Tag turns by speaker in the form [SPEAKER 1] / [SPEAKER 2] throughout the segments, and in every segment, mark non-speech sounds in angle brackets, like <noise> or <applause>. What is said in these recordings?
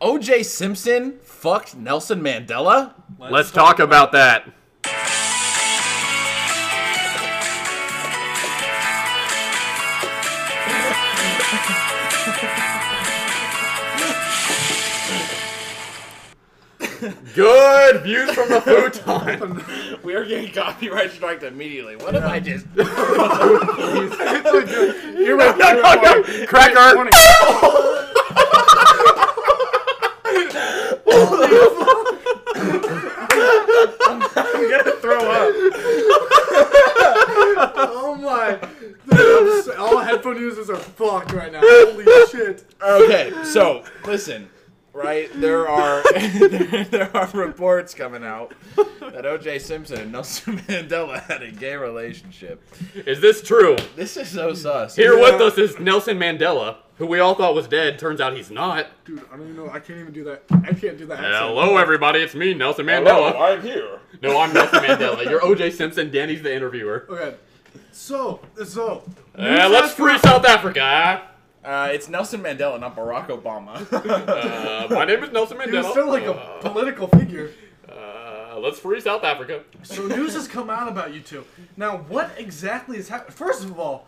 [SPEAKER 1] OJ Simpson fucked Nelson Mandela?
[SPEAKER 2] Let's, talk, about that. Good views from the futon.
[SPEAKER 1] We are getting copyright striked immediately. What if I just
[SPEAKER 3] You're right.
[SPEAKER 2] No, no, no. Cracker.
[SPEAKER 3] throw up. <laughs> oh my! I'm so- All headphone users are fucked right now. Holy shit!
[SPEAKER 1] <laughs> Okay, so listen, right? There are <laughs> there, there are reports coming out that OJ Simpson and Nelson <laughs> Mandela had a gay relationship.
[SPEAKER 2] Is this true?
[SPEAKER 1] This is so sus.
[SPEAKER 2] Here with us is Nelson Mandela, who we all thought was dead. Turns out he's not.
[SPEAKER 3] Dude, I don't even know. I can't even do that. I can't do that. accent.
[SPEAKER 2] Hello, everybody. It's me, Nelson Mandela.
[SPEAKER 4] I'm here.
[SPEAKER 2] No, I'm Nelson Mandela. You're OJ Simpson. Danny's the interviewer.
[SPEAKER 3] Okay. So, so.
[SPEAKER 2] Uh, let's free South Africa.
[SPEAKER 1] Uh, it's Nelson Mandela, not
[SPEAKER 4] <laughs>
[SPEAKER 1] Barack Obama.
[SPEAKER 2] Uh, my name is Nelson
[SPEAKER 3] He was
[SPEAKER 2] Mandela.
[SPEAKER 3] still like a political figure.
[SPEAKER 2] Uh, let's free South Africa.
[SPEAKER 3] So news has come out about you two. Now, what exactly is happening? First of all,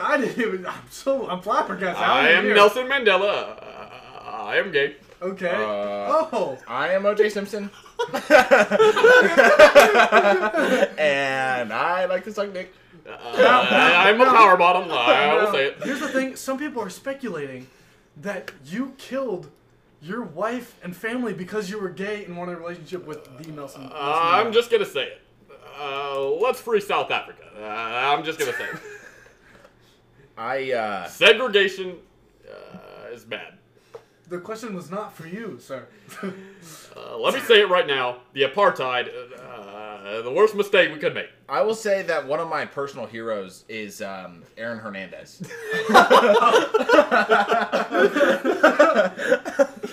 [SPEAKER 3] I didn't even. I'm so. I'm flabbergasted. don't
[SPEAKER 2] I
[SPEAKER 3] even
[SPEAKER 2] am
[SPEAKER 3] hear.
[SPEAKER 2] Nelson Mandela. Uh, I am gay.
[SPEAKER 3] Okay.
[SPEAKER 1] Uh,
[SPEAKER 3] oh.
[SPEAKER 1] I am
[SPEAKER 4] <laughs>
[SPEAKER 1] OJ Simpson. <laughs> and I like to suck dick.
[SPEAKER 2] Uh, I, am a power bottom.
[SPEAKER 3] <laughs>
[SPEAKER 2] I will
[SPEAKER 3] Now,
[SPEAKER 2] say it.
[SPEAKER 3] Um,
[SPEAKER 2] Uh,
[SPEAKER 3] Here's the thing: some people are speculating that you killed your wife and family because you were gay and wanted a relationship with the Nelson. Nelson
[SPEAKER 2] Uh, I'm
[SPEAKER 3] Mandela.
[SPEAKER 2] just gonna say it. Uh, let's free South Africa. Uh, I'm just gonna say it.
[SPEAKER 1] I uh
[SPEAKER 2] Segregation uh, is bad.
[SPEAKER 3] The question was not for you, sir.
[SPEAKER 1] <laughs> Um,
[SPEAKER 2] Uh, let me say it right now. The apartheid, uh, the worst mistake we could make.
[SPEAKER 1] I will say that one of my personal heroes is um, Aaron Hernandez.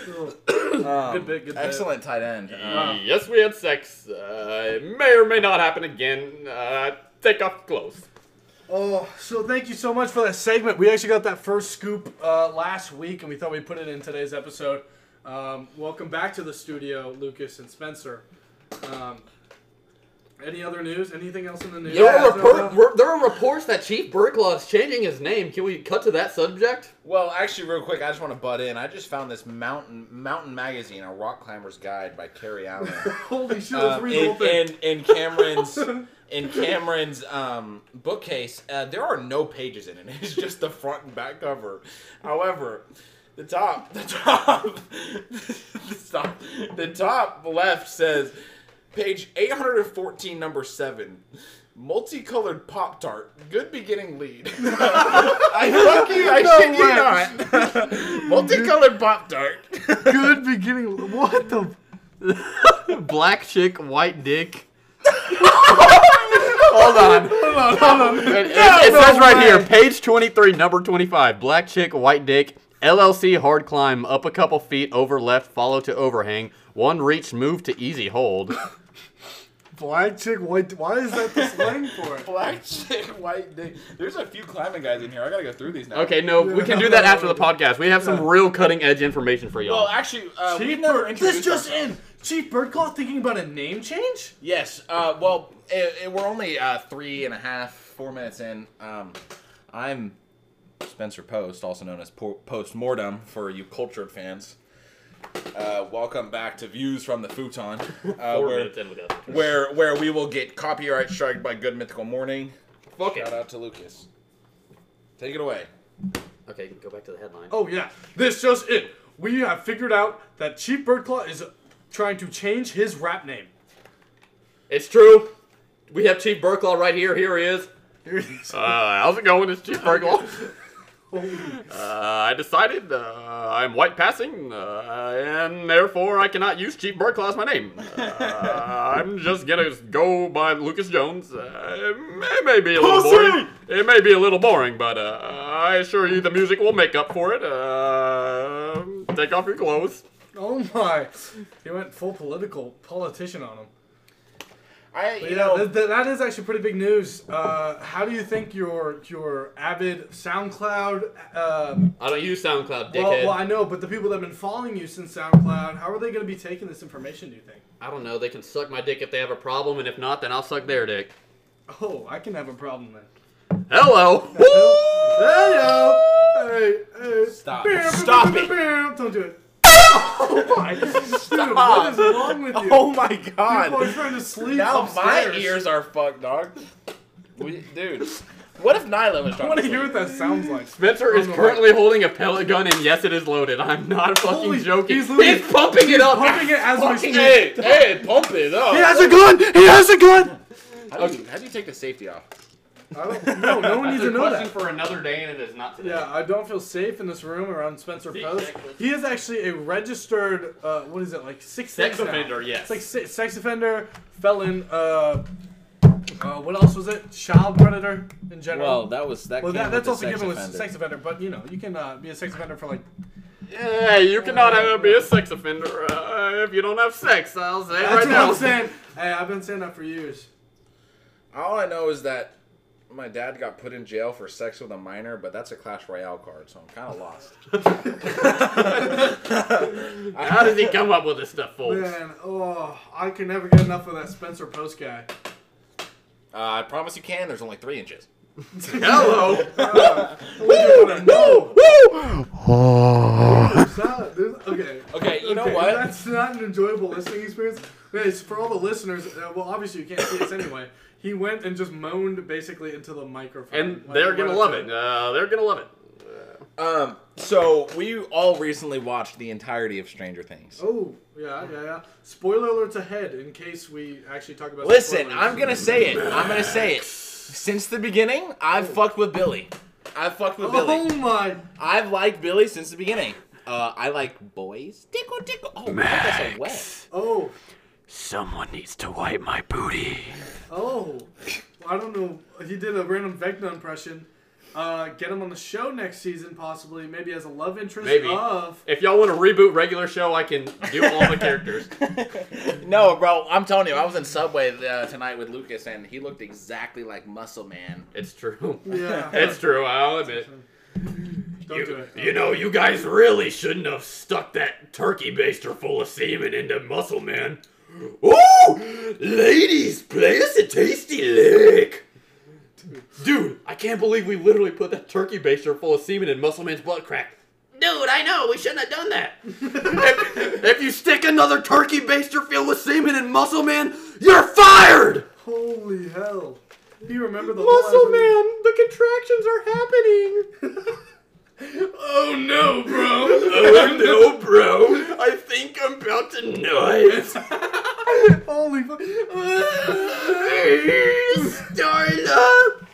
[SPEAKER 3] good bit. Good bit.
[SPEAKER 1] Excellent tight end. Uh,
[SPEAKER 2] Yes, we had sex. Uh, it may or may not happen again. Uh, take off clothes.
[SPEAKER 3] Oh, so thank you so much for that segment. We actually got that first scoop uh, last week, and we thought we'd put it in today's episode. Um, welcome back to the studio, Lucas and Spencer. Um, any other news? Anything else in the news?
[SPEAKER 2] There,
[SPEAKER 1] Yeah,
[SPEAKER 2] are
[SPEAKER 3] Uh,
[SPEAKER 2] report, re- there are reports that Chief Burklaw is changing his name. Can we cut to that subject?
[SPEAKER 1] Well, actually, real quick, I just want to butt in. I just found this mountain mountain magazine, a rock climber's guide by Carrie Allen,
[SPEAKER 3] Holy shit,
[SPEAKER 1] uh,
[SPEAKER 3] let's read the whole
[SPEAKER 1] in,
[SPEAKER 3] thing.
[SPEAKER 1] in in Cameron's in Cameron's um, bookcase. Uh, there are no pages in it. <laughs> It's just the front and back cover. However, the top the top <laughs> the top the top left says page eight hundred and fourteen, number seven. Multicolored Pop Tart, good beginning lead. <laughs> I fuck you, I shit you not. Multicolored Pop Tart.
[SPEAKER 3] Good beginning. What the?
[SPEAKER 2] <laughs> Black chick, white <laughs> dick. Hold on. Hold on, hold on. It, it- it says right here, page 23, number 25. Black chick, white dick. LLC hard climb, up a couple feet, over left, follow to overhang. One reach, move to easy hold.
[SPEAKER 3] Black chick, white. Why is that the slang for it?
[SPEAKER 1] Black <laughs> chick, white dick. There's a few climbing guys in here. I gotta go through these now.
[SPEAKER 2] <laughs> Okay, no, we can do that after the podcast. We have some real cutting edge information for y'all.
[SPEAKER 1] Well, actually, uh, we've
[SPEAKER 3] Chief
[SPEAKER 1] never
[SPEAKER 3] Bird.
[SPEAKER 1] introduced
[SPEAKER 3] This just
[SPEAKER 1] ourselves.
[SPEAKER 3] in. Chief Birdclaw thinking about a name change.
[SPEAKER 1] Yes. Uh, well, it, it- we're only uh, three and a half, four minutes in. Um, I'm Spencer Post, also known as po- Post Mortem for you cultured fans. Uh, welcome back to Views from the Futon,
[SPEAKER 3] <laughs>
[SPEAKER 1] uh, where, where where we will get copyright striked by Good Mythical Morning.
[SPEAKER 2] Fuck
[SPEAKER 1] Shout
[SPEAKER 2] it.
[SPEAKER 1] out to Lucas. Take it away.
[SPEAKER 2] Okay, go back to the headline.
[SPEAKER 3] Oh yeah, this just in. We have figured out that Chief Birdclaw is trying to change his rap name.
[SPEAKER 2] It's true. We have Chief Burklaw right here. Here he is.
[SPEAKER 3] Here he <laughs> is.
[SPEAKER 2] Uh, how's it going? It's <laughs> Chief Burklaw. uh, I decided uh, I'm white passing, uh, and therefore I cannot use Chief Burklaw as my name. Uh, <laughs> I'm just gonna go by Lucas Jones. Uh, it may be a little
[SPEAKER 3] Pussy!
[SPEAKER 2] boring. It may be a little boring, but uh, I assure you the music will make up for it. Uh, take off your clothes.
[SPEAKER 3] Oh my! He went full political politician on him.
[SPEAKER 1] I
[SPEAKER 3] But
[SPEAKER 1] you
[SPEAKER 3] yeah,
[SPEAKER 1] know
[SPEAKER 3] th- th- that is actually pretty big news. Uh, how do you think your your avid SoundCloud? um
[SPEAKER 2] I don't use SoundCloud, dickhead.
[SPEAKER 3] well, well, I know, but the people that have been following you since SoundCloud, how are they going to be taking this information? Do you think?
[SPEAKER 2] I don't know. They can suck my dick if they have a problem, and if not, then I'll suck their dick.
[SPEAKER 3] Oh, I can have a problem then.
[SPEAKER 2] Hello. <laughs>
[SPEAKER 3] There you go. Hey, hey.
[SPEAKER 1] Stop. Stop it.
[SPEAKER 3] bam. Don't
[SPEAKER 2] <laughs>
[SPEAKER 3] do it. Oh my Dude, what is wrong with you?
[SPEAKER 1] <laughs> oh my
[SPEAKER 3] People are
[SPEAKER 1] god.
[SPEAKER 3] trying to sleep
[SPEAKER 1] Now
[SPEAKER 3] upstairs.
[SPEAKER 1] my ears are fucked, dog. We, dude, what if Nyla was
[SPEAKER 3] I
[SPEAKER 1] trying
[SPEAKER 3] want
[SPEAKER 1] to
[SPEAKER 3] to hear what that sounds like.
[SPEAKER 2] Spencer is
[SPEAKER 3] Oh, no.
[SPEAKER 2] currently holding a pellet gun, and yes, it is loaded. I'm not fucking
[SPEAKER 3] Holy-
[SPEAKER 2] joking.
[SPEAKER 3] he's
[SPEAKER 2] He's,
[SPEAKER 3] literally-
[SPEAKER 2] pumping it up.
[SPEAKER 3] Pumping it as we
[SPEAKER 1] Fucking
[SPEAKER 3] speak.
[SPEAKER 1] hey, hey, pump it up.
[SPEAKER 2] a gun. He has a gun.
[SPEAKER 1] How do you, how do you take the safety off?
[SPEAKER 3] I don't, no, no one needs to know that.
[SPEAKER 2] for another day, and it is not today.
[SPEAKER 3] Yeah, I don't feel safe in this room around Spencer Post.
[SPEAKER 2] Exactly.
[SPEAKER 3] He is actually a registered, uh, what is it, like six
[SPEAKER 2] Sex
[SPEAKER 3] things now.
[SPEAKER 2] offender, yes.
[SPEAKER 3] It's like se- sex offender, felon, uh, uh, what else was it? Child predator in general.
[SPEAKER 5] Well, that was that.
[SPEAKER 3] Well,
[SPEAKER 5] came
[SPEAKER 3] that, that's
[SPEAKER 5] with
[SPEAKER 3] also
[SPEAKER 5] the sex
[SPEAKER 3] given with
[SPEAKER 5] offender.
[SPEAKER 3] sex offender, but you know, you can uh, be a sex offender for like.
[SPEAKER 2] Yeah, you cannot uh, be a sex offender uh, if you don't have sex. I'll say it
[SPEAKER 3] That's
[SPEAKER 2] right
[SPEAKER 3] what
[SPEAKER 2] now.
[SPEAKER 3] I'm saying. Hey, I've been saying that for years.
[SPEAKER 1] All I know is that my dad got put in jail for sex with a minor, but that's a Clash Royale card, so I'm kind of
[SPEAKER 3] <laughs>
[SPEAKER 1] lost.
[SPEAKER 2] How does he come up with this stuff, folks?
[SPEAKER 3] Man, oh, I can never get enough of that Spencer Post guy.
[SPEAKER 1] Uh, I promise you can. There's only three inches.
[SPEAKER 3] <laughs>
[SPEAKER 2] Hello.
[SPEAKER 3] no, Stop. There's- Okay.
[SPEAKER 1] Okay, you know
[SPEAKER 3] Okay,
[SPEAKER 1] what?
[SPEAKER 3] That's not an enjoyable listening experience. Okay, it's for all the listeners. Uh, well, obviously you can't see this anyway. He went and just moaned basically into the microphone.
[SPEAKER 2] and
[SPEAKER 3] Like,
[SPEAKER 2] they're gonna
[SPEAKER 3] what a-
[SPEAKER 2] love it. Uh, they're gonna love it.
[SPEAKER 1] Um, so we all recently watched the entirety of Stranger Things.
[SPEAKER 3] Oh yeah, yeah, yeah. Spoiler alerts ahead in case we actually talk about.
[SPEAKER 1] Listen,
[SPEAKER 3] spoilers.
[SPEAKER 1] I'm gonna say it. I'm gonna say it. Since the beginning, I've fucked with Billy. I've fucked with Billy.
[SPEAKER 3] Oh my!
[SPEAKER 1] I've liked Billy since the beginning. Uh, I like boys. Tickle, tickle. Oh, Max. that's so wet.
[SPEAKER 3] Oh,
[SPEAKER 2] Someone needs to wipe my booty.
[SPEAKER 3] oh. I don't know. He did a random Vecna impression. Uh, get him on the show next season, possibly. Maybe as a love interest
[SPEAKER 2] Maybe.
[SPEAKER 3] of.
[SPEAKER 2] If y'all want to reboot regular show, I can do all
[SPEAKER 3] <laughs>
[SPEAKER 2] the characters.
[SPEAKER 1] No, bro, I'm telling you, I was in Subway uh, tonight with Lucas, and he looked exactly like Muscle Man.
[SPEAKER 2] It's true. <laughs>
[SPEAKER 3] Yeah.
[SPEAKER 2] It's true. I'll admit.
[SPEAKER 3] Don't do
[SPEAKER 2] You,
[SPEAKER 3] it.
[SPEAKER 2] you know, you guys really shouldn't have stuck that turkey baster full of semen into Muscle Man. Ooh, ladies, play us a tasty lick. Dude, I can't believe we literally put that turkey baster full of semen in Muscle Man's butt crack. Dude, I know, we shouldn't have done that. <laughs> if, if you stick another turkey baster filled with semen in Muscle Man, you're fired! <laughs>
[SPEAKER 3] Holy hell. He remembered the
[SPEAKER 2] Muscle
[SPEAKER 3] whole
[SPEAKER 2] Man, the contractions are happening.
[SPEAKER 1] Oh no, bro!
[SPEAKER 2] <laughs> Oh no, bro! I think I'm about to nut.
[SPEAKER 3] Holy fuck.
[SPEAKER 2] Starla.
[SPEAKER 3] <laughs>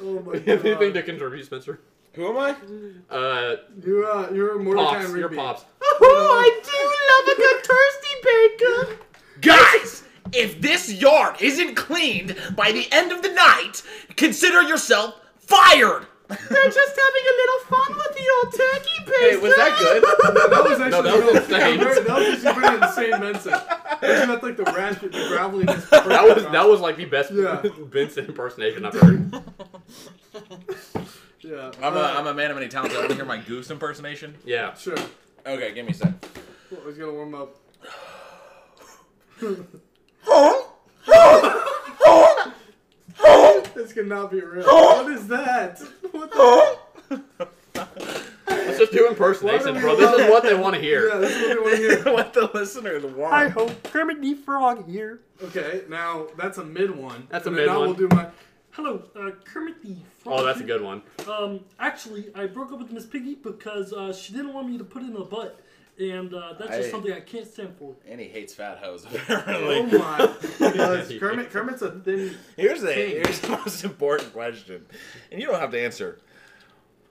[SPEAKER 3] Oh my god.
[SPEAKER 2] <laughs> Anything to contribute, Spencer?
[SPEAKER 1] Who am I?
[SPEAKER 2] Uh,
[SPEAKER 3] You're, uh, you're Mordecai
[SPEAKER 2] pops.
[SPEAKER 3] Rigby.
[SPEAKER 2] Your pops. Oh,
[SPEAKER 1] I do love a good thirsty baker. Guys, if this yard isn't cleaned by the end of the night, consider yourself fired.
[SPEAKER 2] They're just having a little fun with the old turkey baster.
[SPEAKER 1] Hey, was
[SPEAKER 3] <laughs>
[SPEAKER 1] that good?
[SPEAKER 3] That was actually
[SPEAKER 2] No, that was
[SPEAKER 3] really-
[SPEAKER 2] insane.
[SPEAKER 3] yeah, very- that was actually
[SPEAKER 2] <laughs>
[SPEAKER 3] pretty insane, Benson. That's like the rash, the graveliness. That
[SPEAKER 2] That was that was like the best <laughs>
[SPEAKER 3] Yeah.
[SPEAKER 2] Benson impersonation I've heard.
[SPEAKER 3] <laughs> Yeah.
[SPEAKER 1] I'm a,
[SPEAKER 3] uh,
[SPEAKER 1] I'm a man of many talents. I want to hear my goose impersonation.
[SPEAKER 2] Yeah.
[SPEAKER 3] Sure.
[SPEAKER 1] Okay, give me a sec.
[SPEAKER 3] Well, he's gonna warm up. This cannot
[SPEAKER 2] <laughs>
[SPEAKER 3] be real.
[SPEAKER 2] Oh!
[SPEAKER 3] What is that? <laughs> What the?
[SPEAKER 2] Let's just do impersonation, bro. This is what they want to
[SPEAKER 3] <laughs> Yeah,
[SPEAKER 2] hear.
[SPEAKER 3] this is what we want
[SPEAKER 2] <laughs>
[SPEAKER 3] to
[SPEAKER 1] <laughs>
[SPEAKER 3] hear.
[SPEAKER 1] what the listeners want.
[SPEAKER 2] hope Kermit the Frog here.
[SPEAKER 3] Okay, now that's a mid one.
[SPEAKER 2] That's a
[SPEAKER 3] And
[SPEAKER 2] mid
[SPEAKER 3] now
[SPEAKER 2] one.
[SPEAKER 3] We'll do my.
[SPEAKER 6] Hello, uh, Kermit the Frog.
[SPEAKER 2] Oh, that's a
[SPEAKER 6] here.
[SPEAKER 2] good one.
[SPEAKER 6] Um, actually, I broke up with Miss Piggy because uh, she didn't want me to put it in the butt, and uh, that's just
[SPEAKER 1] I-
[SPEAKER 6] something I can't stand for.
[SPEAKER 1] And he hates fat hoes, <laughs>
[SPEAKER 2] <laughs>
[SPEAKER 3] Oh
[SPEAKER 1] apparently.
[SPEAKER 3] my. Because Kermit, Kermit's a thin.
[SPEAKER 1] Here's the, here's the <laughs> most important question, and you don't have to answer.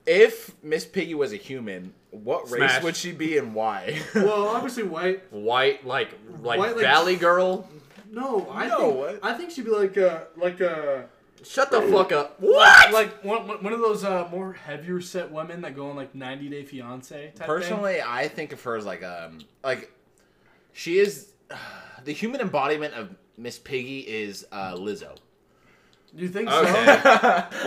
[SPEAKER 1] If Miss Piggy was a human, what race
[SPEAKER 2] Smash.
[SPEAKER 1] would she be
[SPEAKER 7] <laughs>
[SPEAKER 1] and why?
[SPEAKER 3] Well, obviously white.
[SPEAKER 2] <laughs> White like like,
[SPEAKER 3] White, like-
[SPEAKER 2] Valley Girl.
[SPEAKER 3] No, I
[SPEAKER 1] No,
[SPEAKER 3] think
[SPEAKER 1] what?
[SPEAKER 3] I think she'd be like a like a
[SPEAKER 2] Shut the fuck up. What?
[SPEAKER 3] like one, one one of those uh, more heavier set women that go on like 90 Day Fiance. Type
[SPEAKER 1] Personally, I think of her as like um like she is
[SPEAKER 7] <sighs> the human embodiment of Miss Piggy is uh,
[SPEAKER 1] <laughs>
[SPEAKER 7] Lizzo.
[SPEAKER 3] You think
[SPEAKER 2] Okay.
[SPEAKER 3] so?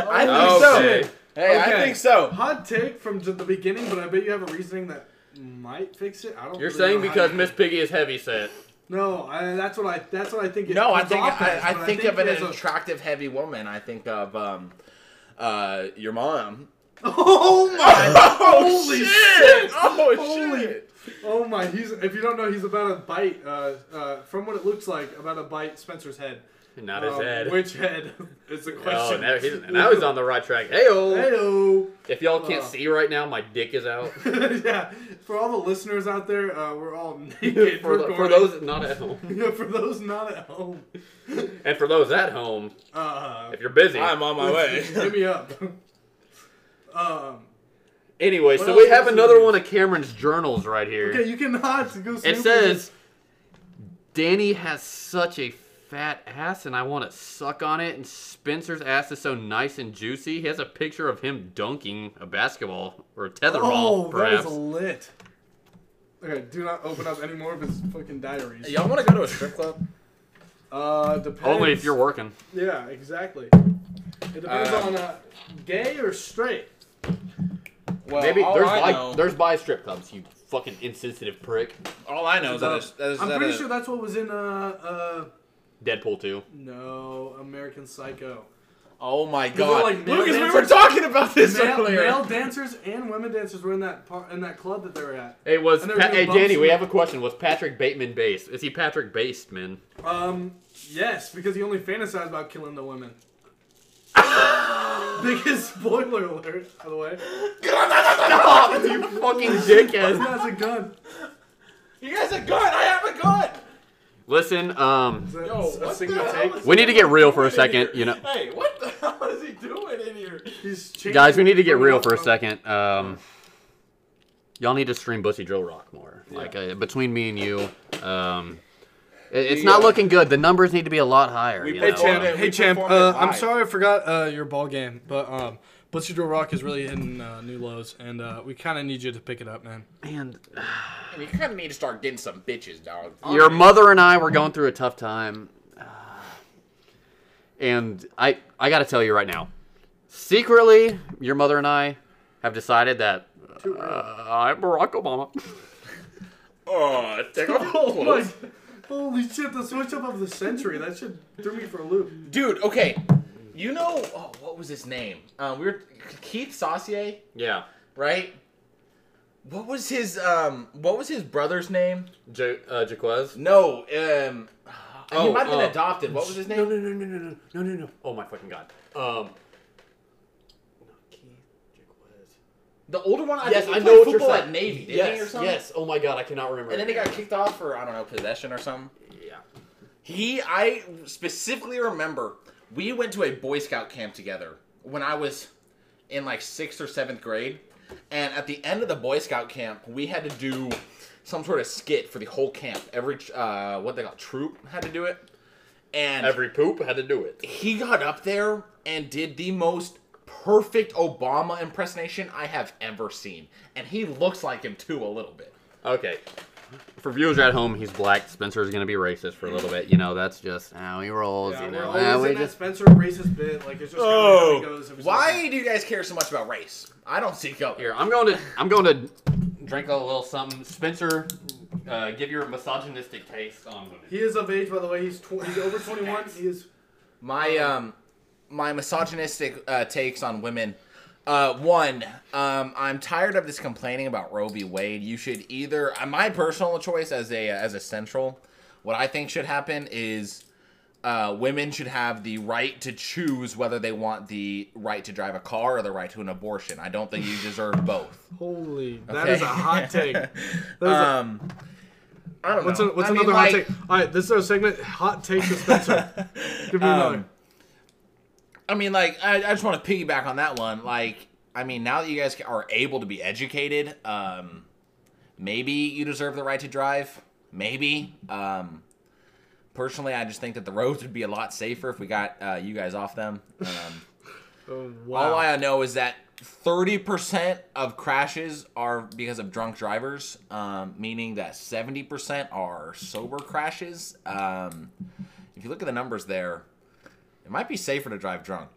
[SPEAKER 7] I think so.
[SPEAKER 2] okay.
[SPEAKER 7] Hey,
[SPEAKER 3] Okay.
[SPEAKER 7] I think so.
[SPEAKER 3] Hot take from j- the beginning, but I bet you have a reasoning that might fix it. I don't.
[SPEAKER 2] <laughs> You're
[SPEAKER 3] really
[SPEAKER 2] saying
[SPEAKER 3] know how
[SPEAKER 2] because
[SPEAKER 3] you-
[SPEAKER 2] Miss Piggy is heavy set.
[SPEAKER 3] No, I, that's what I. That's what I think. It
[SPEAKER 7] No, I
[SPEAKER 3] comes
[SPEAKER 7] think
[SPEAKER 3] off as,
[SPEAKER 7] I, I
[SPEAKER 3] but
[SPEAKER 7] think of it
[SPEAKER 3] there's
[SPEAKER 7] as an
[SPEAKER 1] <laughs>
[SPEAKER 7] attractive, heavy woman. I think of um, uh, your mom.
[SPEAKER 3] Oh <laughs> my!
[SPEAKER 7] <laughs>
[SPEAKER 3] holy
[SPEAKER 2] Shit! Oh
[SPEAKER 3] Holy-
[SPEAKER 2] shit!
[SPEAKER 3] Oh my! He's if you don't know, he's about a bite. Uh, uh, from what it looks like, about a bite Spencer's head.
[SPEAKER 2] Not his
[SPEAKER 3] Um,
[SPEAKER 2] head.
[SPEAKER 3] Which head is the
[SPEAKER 2] <laughs> Oh,
[SPEAKER 3] question?
[SPEAKER 2] now he's, now he's on the right track. Hey,
[SPEAKER 3] Heyo. <laughs>
[SPEAKER 2] if y'all can't
[SPEAKER 3] Uh.
[SPEAKER 2] see right now, my dick is
[SPEAKER 3] <laughs>
[SPEAKER 2] out.
[SPEAKER 3] yeah, for all the listeners out there, uh, we're
[SPEAKER 2] <laughs>
[SPEAKER 3] all naked.
[SPEAKER 2] for, the, for
[SPEAKER 3] recording.
[SPEAKER 2] those not at home,
[SPEAKER 3] <laughs> yeah, for those not at home,
[SPEAKER 2] and for those at home, <laughs>
[SPEAKER 3] uh,
[SPEAKER 2] if you're busy.
[SPEAKER 1] I'm on my way.
[SPEAKER 3] <laughs> hit me up. um,
[SPEAKER 2] anyway,
[SPEAKER 3] What
[SPEAKER 2] so
[SPEAKER 3] else
[SPEAKER 2] we have
[SPEAKER 3] is
[SPEAKER 2] another
[SPEAKER 3] there?
[SPEAKER 2] one of Cameron's journals right here.
[SPEAKER 3] okay, you cannot go.
[SPEAKER 2] it
[SPEAKER 3] snooping.
[SPEAKER 2] says, "Danny has such a fat ass, and I want to suck on it." And Spencer's ass is so nice and juicy. He has a picture of him dunking a basketball or a tetherball,
[SPEAKER 3] "Oh, that is
[SPEAKER 2] perhaps.
[SPEAKER 3] lit." Okay, do not open up any more of his fucking diaries.
[SPEAKER 1] Y'all want to go to a strip club?
[SPEAKER 3] Uh, depends.
[SPEAKER 2] Only if you're working.
[SPEAKER 3] Yeah, exactly. It depends
[SPEAKER 1] Um,
[SPEAKER 3] on uh, gay or straight.
[SPEAKER 1] Well,
[SPEAKER 2] Maybe
[SPEAKER 1] all
[SPEAKER 2] there's
[SPEAKER 1] I
[SPEAKER 2] bi,
[SPEAKER 1] know,
[SPEAKER 2] there's bi strip clubs. You fucking insensitive prick.
[SPEAKER 1] all I know is that is, that is
[SPEAKER 3] I'm
[SPEAKER 1] that
[SPEAKER 3] pretty
[SPEAKER 1] a-
[SPEAKER 3] sure that's what was in uh uh
[SPEAKER 2] Deadpool too.
[SPEAKER 3] no American Psycho.
[SPEAKER 1] Oh my
[SPEAKER 3] they're
[SPEAKER 1] god,
[SPEAKER 3] like male
[SPEAKER 1] Lucas, we
[SPEAKER 3] dancers.
[SPEAKER 1] were talking about this
[SPEAKER 3] Male,
[SPEAKER 1] earlier. <laughs>
[SPEAKER 3] male dancers and women dancers were in that par- in that club that they were at.
[SPEAKER 2] Hey, was
[SPEAKER 3] And they were
[SPEAKER 2] pa-
[SPEAKER 3] doing
[SPEAKER 2] hey
[SPEAKER 3] bumps
[SPEAKER 2] Danny? We
[SPEAKER 3] and-
[SPEAKER 2] have a question. Was Patrick Bateman based? Is he Patrick based, man?
[SPEAKER 3] Um, yes, because he only fantasized about killing the women. <laughs> Biggest spoiler alert, by the way.
[SPEAKER 2] Stop, <laughs> you fucking
[SPEAKER 3] He
[SPEAKER 2] dickhead!
[SPEAKER 3] has a gun.
[SPEAKER 1] He has a gun. I have a gun.
[SPEAKER 2] Listen, um,
[SPEAKER 3] It's a,
[SPEAKER 1] Yo,
[SPEAKER 3] it's a
[SPEAKER 1] what
[SPEAKER 3] single
[SPEAKER 1] the hell
[SPEAKER 3] take.
[SPEAKER 1] is
[SPEAKER 2] we need to get real for a
[SPEAKER 1] he doing in
[SPEAKER 2] second.
[SPEAKER 1] here?
[SPEAKER 2] You know,
[SPEAKER 1] Hey, what the <laughs> hell is he doing in here?
[SPEAKER 3] He's changing-
[SPEAKER 2] guys, we need to get real for a second. Um, y'all need to stream Bussy Drill Rock more. Like uh, between me and you, um, it- it's not
[SPEAKER 1] Yeah.
[SPEAKER 2] looking good. The numbers need to be a lot higher.
[SPEAKER 1] We
[SPEAKER 2] you
[SPEAKER 1] pay
[SPEAKER 2] know?
[SPEAKER 1] attention.
[SPEAKER 2] Um,
[SPEAKER 1] Hey, we champ, performed uh, it I'm live. sorry
[SPEAKER 3] I forgot uh, your ball game, but um, Blitzer Drill Rock is really hitting uh, new lows, and uh, we kind of need you to pick it up, man.
[SPEAKER 2] and
[SPEAKER 1] You kind of need to start getting some bitches, dog.
[SPEAKER 2] your mother and I were going through a tough time, <sighs> uh, and I I got to tell you right now, secretly, your mother and I have decided that uh, I'm Barack Obama.
[SPEAKER 1] Oh, take off
[SPEAKER 3] Oh my! Holy shit! The switch up of the century. That shit threw me for a loop.
[SPEAKER 1] dude. Okay, you know oh, what was his name? Uh, we were Keith Saucier,
[SPEAKER 2] Yeah,
[SPEAKER 1] right? What was his um? What was his brother's name?
[SPEAKER 2] J- uh, Jaquez.
[SPEAKER 1] No, um, he
[SPEAKER 2] Oh,
[SPEAKER 1] might have
[SPEAKER 2] uh,
[SPEAKER 1] been adopted. What was his name?
[SPEAKER 2] No, no, no, no, no, no, no, no, no. Oh my fucking god. Um.
[SPEAKER 1] The older one, I
[SPEAKER 2] Yes,
[SPEAKER 1] think
[SPEAKER 2] I
[SPEAKER 1] he
[SPEAKER 2] know
[SPEAKER 1] played
[SPEAKER 2] what you're
[SPEAKER 1] football
[SPEAKER 2] saying.
[SPEAKER 1] at Navy, didn't he, or
[SPEAKER 2] Yes,
[SPEAKER 1] something?
[SPEAKER 2] yes. Oh my god, I cannot remember.
[SPEAKER 1] And then he got kicked off for I don't know possession or something.
[SPEAKER 2] Yeah.
[SPEAKER 1] He, I specifically remember we went to a Boy Scout camp together when I was in like sixth or seventh grade. And at the end of the Boy Scout camp, we had to do some sort of skit for the whole camp. Every, uh, what they call it, troop had to do it. And
[SPEAKER 2] Every poop had to do it.
[SPEAKER 1] he got up there and did the most perfect Obama impersonation I have ever seen. And he looks like him too, a little bit.
[SPEAKER 2] Okay. For viewers at home, he's black. Spencer's gonna be racist for a little bit. You know, that's just how he rolls.
[SPEAKER 3] Yeah,
[SPEAKER 2] you
[SPEAKER 3] we're
[SPEAKER 2] know,
[SPEAKER 3] always
[SPEAKER 2] Uh, we
[SPEAKER 3] in that
[SPEAKER 2] just-
[SPEAKER 3] Spencer racist bit. Like it's just kinda how he goes. It was
[SPEAKER 1] why do you guys care so much about race? I don't see color.
[SPEAKER 2] here. I'm going to I'm going to drink a little something. Spencer, uh, give your misogynistic taste on women.
[SPEAKER 3] He is of age, by the way. He's tw-
[SPEAKER 1] <laughs>
[SPEAKER 3] he's over 21. He is.
[SPEAKER 1] My um, my misogynistic uh, takes on women. Uh, one, um, I'm tired of this complaining about Roe v. Wade. You should either uh, my personal choice as a as a central. What I think should happen is uh, women should have the right to choose whether they want the right to drive a car or the right to an abortion. I don't think you deserve both.
[SPEAKER 3] Holy, that
[SPEAKER 1] Okay.
[SPEAKER 3] is a hot
[SPEAKER 1] <laughs>
[SPEAKER 3] take. That is a-
[SPEAKER 1] Um, I don't
[SPEAKER 3] what's
[SPEAKER 1] know.
[SPEAKER 3] a- what's
[SPEAKER 1] I mean,
[SPEAKER 3] another
[SPEAKER 1] like-
[SPEAKER 3] hot take? All right, this is our segment. Hot takes with Spencer.
[SPEAKER 1] <laughs>
[SPEAKER 3] Give me another.
[SPEAKER 1] Um, I mean, like, I, I just want to piggyback on that one. Like, I mean, now that you guys are able to be educated, um, maybe you deserve the right to drive. Maybe. Um, personally, I just think that the roads would be a lot safer if we got uh, you guys off them. Um,
[SPEAKER 3] Oh,
[SPEAKER 1] All
[SPEAKER 3] wow.
[SPEAKER 1] I know is that 30% of crashes are because of drunk drivers, um, meaning that 70% are sober crashes. Um, if you look at the numbers there, it might be safer to drive drunk.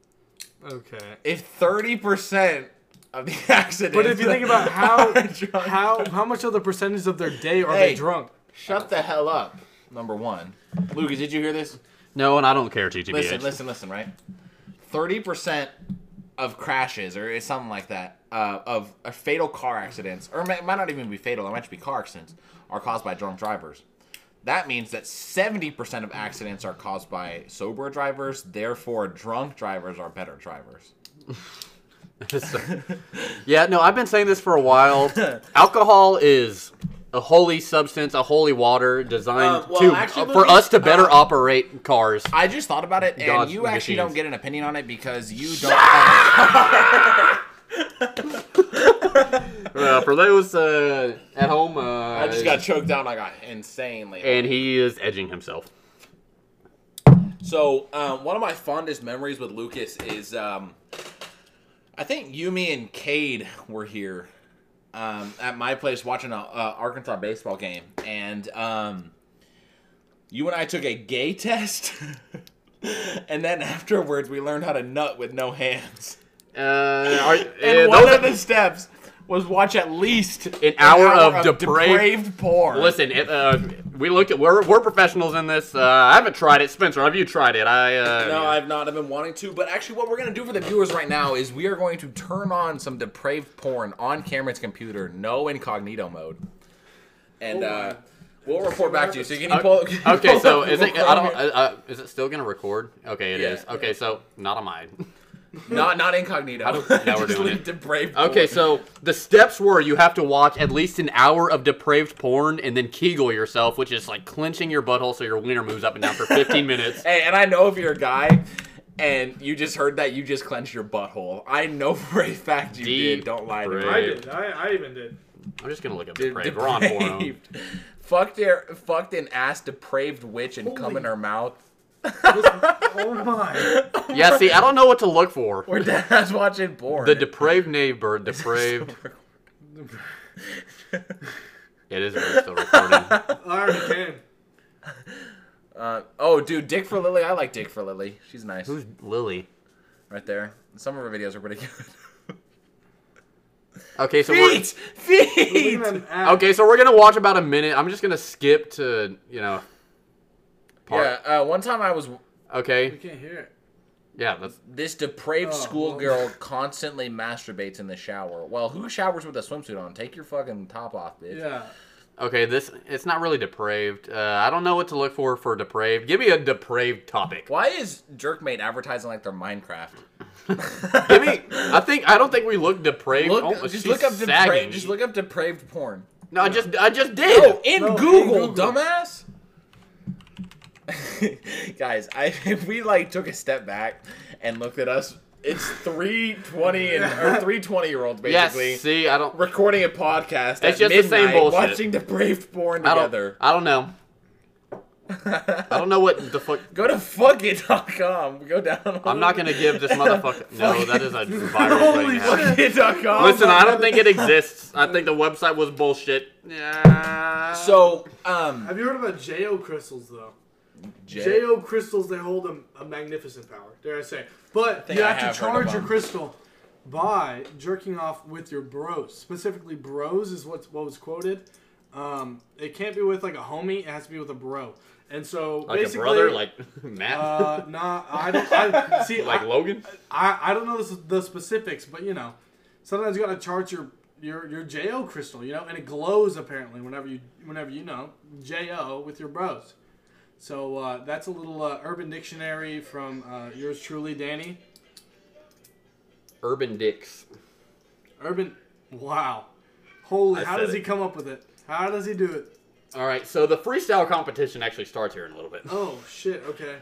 [SPEAKER 1] <laughs>
[SPEAKER 3] okay.
[SPEAKER 1] If 30% of the <laughs> accidents.
[SPEAKER 3] But if you
[SPEAKER 1] <laughs>
[SPEAKER 3] think about how
[SPEAKER 1] are drunk-
[SPEAKER 3] how how much of the percentage of their day are they
[SPEAKER 1] Hey.
[SPEAKER 3] drunk?
[SPEAKER 1] Shut the hell up, number one. Lucas, did you hear this?
[SPEAKER 2] No, and I don't care, TTBH.
[SPEAKER 1] Listen, listen, listen, right? 30% of crashes, or it's something like that, uh, of uh, fatal car accidents, or it might might not even be fatal, it might just be car accidents, are caused by drunk drivers. That means that 70% of accidents are caused by sober drivers, therefore, drunk drivers are better drivers.
[SPEAKER 2] <laughs> yeah, no, I've been saying this for
[SPEAKER 1] <laughs>
[SPEAKER 2] a while. Alcohol is a holy substance, a holy water designed
[SPEAKER 1] Uh, well,
[SPEAKER 2] to
[SPEAKER 1] actually,
[SPEAKER 2] for
[SPEAKER 1] Lucas,
[SPEAKER 2] us to better
[SPEAKER 1] uh, <laughs>
[SPEAKER 2] operate cars.
[SPEAKER 1] I just thought about it, and
[SPEAKER 2] God's
[SPEAKER 1] you actually
[SPEAKER 2] machines.
[SPEAKER 1] don't get an opinion on it because you don't. own a
[SPEAKER 2] Uh, for those uh, at home, uh,
[SPEAKER 1] car. I just got choked down. I got insanely.
[SPEAKER 2] and he is edging himself.
[SPEAKER 1] So um, one of my fondest memories with Lucas is um, I think Yumi and Cade were here um, at my place watching a, a Arkansas baseball game, and um, you and I took a gay <laughs> test, and then afterwards we learned how to nut with no hands. <laughs>
[SPEAKER 2] Uh, are,
[SPEAKER 1] And
[SPEAKER 2] uh,
[SPEAKER 1] one
[SPEAKER 2] those-
[SPEAKER 1] of the steps was watch at least an,
[SPEAKER 2] hour of depraved-
[SPEAKER 1] porn.
[SPEAKER 2] <laughs> Listen, it, uh, we look at we're, we're professionals in this. Uh, I haven't tried it, Spencer. Have you tried it? I uh,
[SPEAKER 1] No, I've not. I've been wanting to, but actually, what we're gonna do for the viewers right now is we are going to turn on some depraved porn on Cameron's computer, no incognito mode,
[SPEAKER 2] Oh
[SPEAKER 1] and uh, we'll report back to you. So can you pull? can you
[SPEAKER 2] <laughs> Okay,
[SPEAKER 1] pull <laughs>
[SPEAKER 2] so
[SPEAKER 1] up
[SPEAKER 2] is it?
[SPEAKER 1] Google
[SPEAKER 2] I
[SPEAKER 1] Chrome
[SPEAKER 2] don't. Uh,
[SPEAKER 1] here?
[SPEAKER 2] uh, is it still gonna record? Okay, it
[SPEAKER 1] Yeah.
[SPEAKER 2] is. Okay, so not on mine.
[SPEAKER 1] not not incognito.
[SPEAKER 2] I don't- now
[SPEAKER 1] <laughs>
[SPEAKER 2] we're
[SPEAKER 1] Just
[SPEAKER 2] doing
[SPEAKER 1] leave
[SPEAKER 2] it.
[SPEAKER 1] Depraved. porn.
[SPEAKER 2] Okay, so the steps were you have to watch at least an hour of depraved porn and then Kegel yourself, which is like clenching your butthole so your wiener moves up and down for <laughs> 15 minutes.
[SPEAKER 1] Hey, and I know if you're a guy. And you just heard that you just clenched your butthole. I know <laughs> for a fact you did. Don't lie to me.
[SPEAKER 2] Depraved.
[SPEAKER 3] I did. I, I even did.
[SPEAKER 2] I'm just gonna look up
[SPEAKER 1] Dude,
[SPEAKER 2] depraved. We're on porno.
[SPEAKER 1] depraved. Fucked their fucked an ass depraved witch and come
[SPEAKER 6] Holy-
[SPEAKER 1] in her mouth.
[SPEAKER 3] Oh
[SPEAKER 1] <laughs>
[SPEAKER 3] my!
[SPEAKER 2] Yeah, see, I don't know what to look for.
[SPEAKER 1] We're <laughs> dad's watching porn.
[SPEAKER 2] The depraved neighbor, <laughs> depraved. It is really still recording.
[SPEAKER 3] I already came.
[SPEAKER 1] Uh, oh, dude, Dick for Lily. I like Dick for Lily. She's nice.
[SPEAKER 2] <laughs> Who's Lily?
[SPEAKER 1] right there. Some of her videos are pretty
[SPEAKER 2] <laughs>
[SPEAKER 1] good.
[SPEAKER 2] Okay, so we're.
[SPEAKER 1] feet, feet.
[SPEAKER 3] Look at them abs.
[SPEAKER 2] Okay, so we're gonna watch about a minute. I'm just gonna skip to you know.
[SPEAKER 1] Yeah.
[SPEAKER 2] Part.
[SPEAKER 1] Uh, one time I was
[SPEAKER 3] We
[SPEAKER 2] Okay.
[SPEAKER 3] can't hear it.
[SPEAKER 2] Yeah, that's
[SPEAKER 1] this depraved
[SPEAKER 3] Oh,
[SPEAKER 1] schoolgirl
[SPEAKER 3] <laughs>
[SPEAKER 1] constantly masturbates in the shower. Well, who showers with a swimsuit on? Take your fucking top off, bitch.
[SPEAKER 3] Yeah.
[SPEAKER 2] Okay, this it's not really depraved. Uh, I don't know what to look for for depraved. Give me a depraved topic.
[SPEAKER 1] Why is Jerkmate advertising like they're Minecraft?
[SPEAKER 2] Give me. I think I don't think we look depraved.
[SPEAKER 1] Look,
[SPEAKER 2] Oh, she's
[SPEAKER 1] just look up
[SPEAKER 2] sagging.
[SPEAKER 1] depraved. Just look up depraved porn.
[SPEAKER 2] No, I just I just did.
[SPEAKER 1] <laughs> Oh, in,
[SPEAKER 3] No, in
[SPEAKER 1] Google,
[SPEAKER 3] Google.
[SPEAKER 1] dumbass. <laughs> Guys, I <laughs> if we like took a step back and looked at us, it's three twenty and or three twenty year olds
[SPEAKER 2] yes.
[SPEAKER 1] basically
[SPEAKER 2] See, I don't.
[SPEAKER 1] recording a podcast. It's
[SPEAKER 2] just the same bullshit.
[SPEAKER 1] Watching depraved porn
[SPEAKER 2] I don't.
[SPEAKER 1] together.
[SPEAKER 2] I don't
[SPEAKER 1] <laughs>
[SPEAKER 2] know. I don't know what the fuck.
[SPEAKER 1] Go to fuckit.com. Go down.
[SPEAKER 2] I'm not gonna give this motherfucker. No,
[SPEAKER 1] <laughs>
[SPEAKER 2] that is a virus
[SPEAKER 3] Holy
[SPEAKER 2] right now.
[SPEAKER 3] shit.
[SPEAKER 1] Fuckit.com.
[SPEAKER 2] Listen, I don't think it exists. I think the website was bullshit. Yeah.
[SPEAKER 1] So, um,
[SPEAKER 3] Have you heard about Jo crystals though?
[SPEAKER 1] J-
[SPEAKER 3] Jo crystals they hold a, a magnificent power. Dare I say? But
[SPEAKER 1] think
[SPEAKER 3] you
[SPEAKER 1] I
[SPEAKER 3] have,
[SPEAKER 1] have
[SPEAKER 3] to
[SPEAKER 1] heard
[SPEAKER 3] charge
[SPEAKER 1] about
[SPEAKER 3] your
[SPEAKER 1] it.
[SPEAKER 3] crystal by jerking off with your bros. Specifically, bros is what what was quoted. Um, it can't be with like a homie. It has to be with a bro. And so
[SPEAKER 2] like a
[SPEAKER 3] basically,
[SPEAKER 2] brother, like <laughs> Matt,
[SPEAKER 3] uh, nah, I don't I, see.
[SPEAKER 2] like
[SPEAKER 3] I-
[SPEAKER 2] Logan.
[SPEAKER 3] I, I don't know the, the specifics, but you know, sometimes you gotta charge your your your Jo crystal, you know, and it glows apparently whenever you whenever you know Jo with your bros. So uh, that's a little uh, Urban Dictionary from uh, yours truly, Danny.
[SPEAKER 2] Urban Dicks.
[SPEAKER 3] Urban, wow, holy!
[SPEAKER 2] I
[SPEAKER 3] how
[SPEAKER 2] said
[SPEAKER 3] does he
[SPEAKER 2] it.
[SPEAKER 3] come up with it? How does he do it?
[SPEAKER 2] All right, so the freestyle competition actually starts here in a little bit.
[SPEAKER 3] Oh shit! Okay,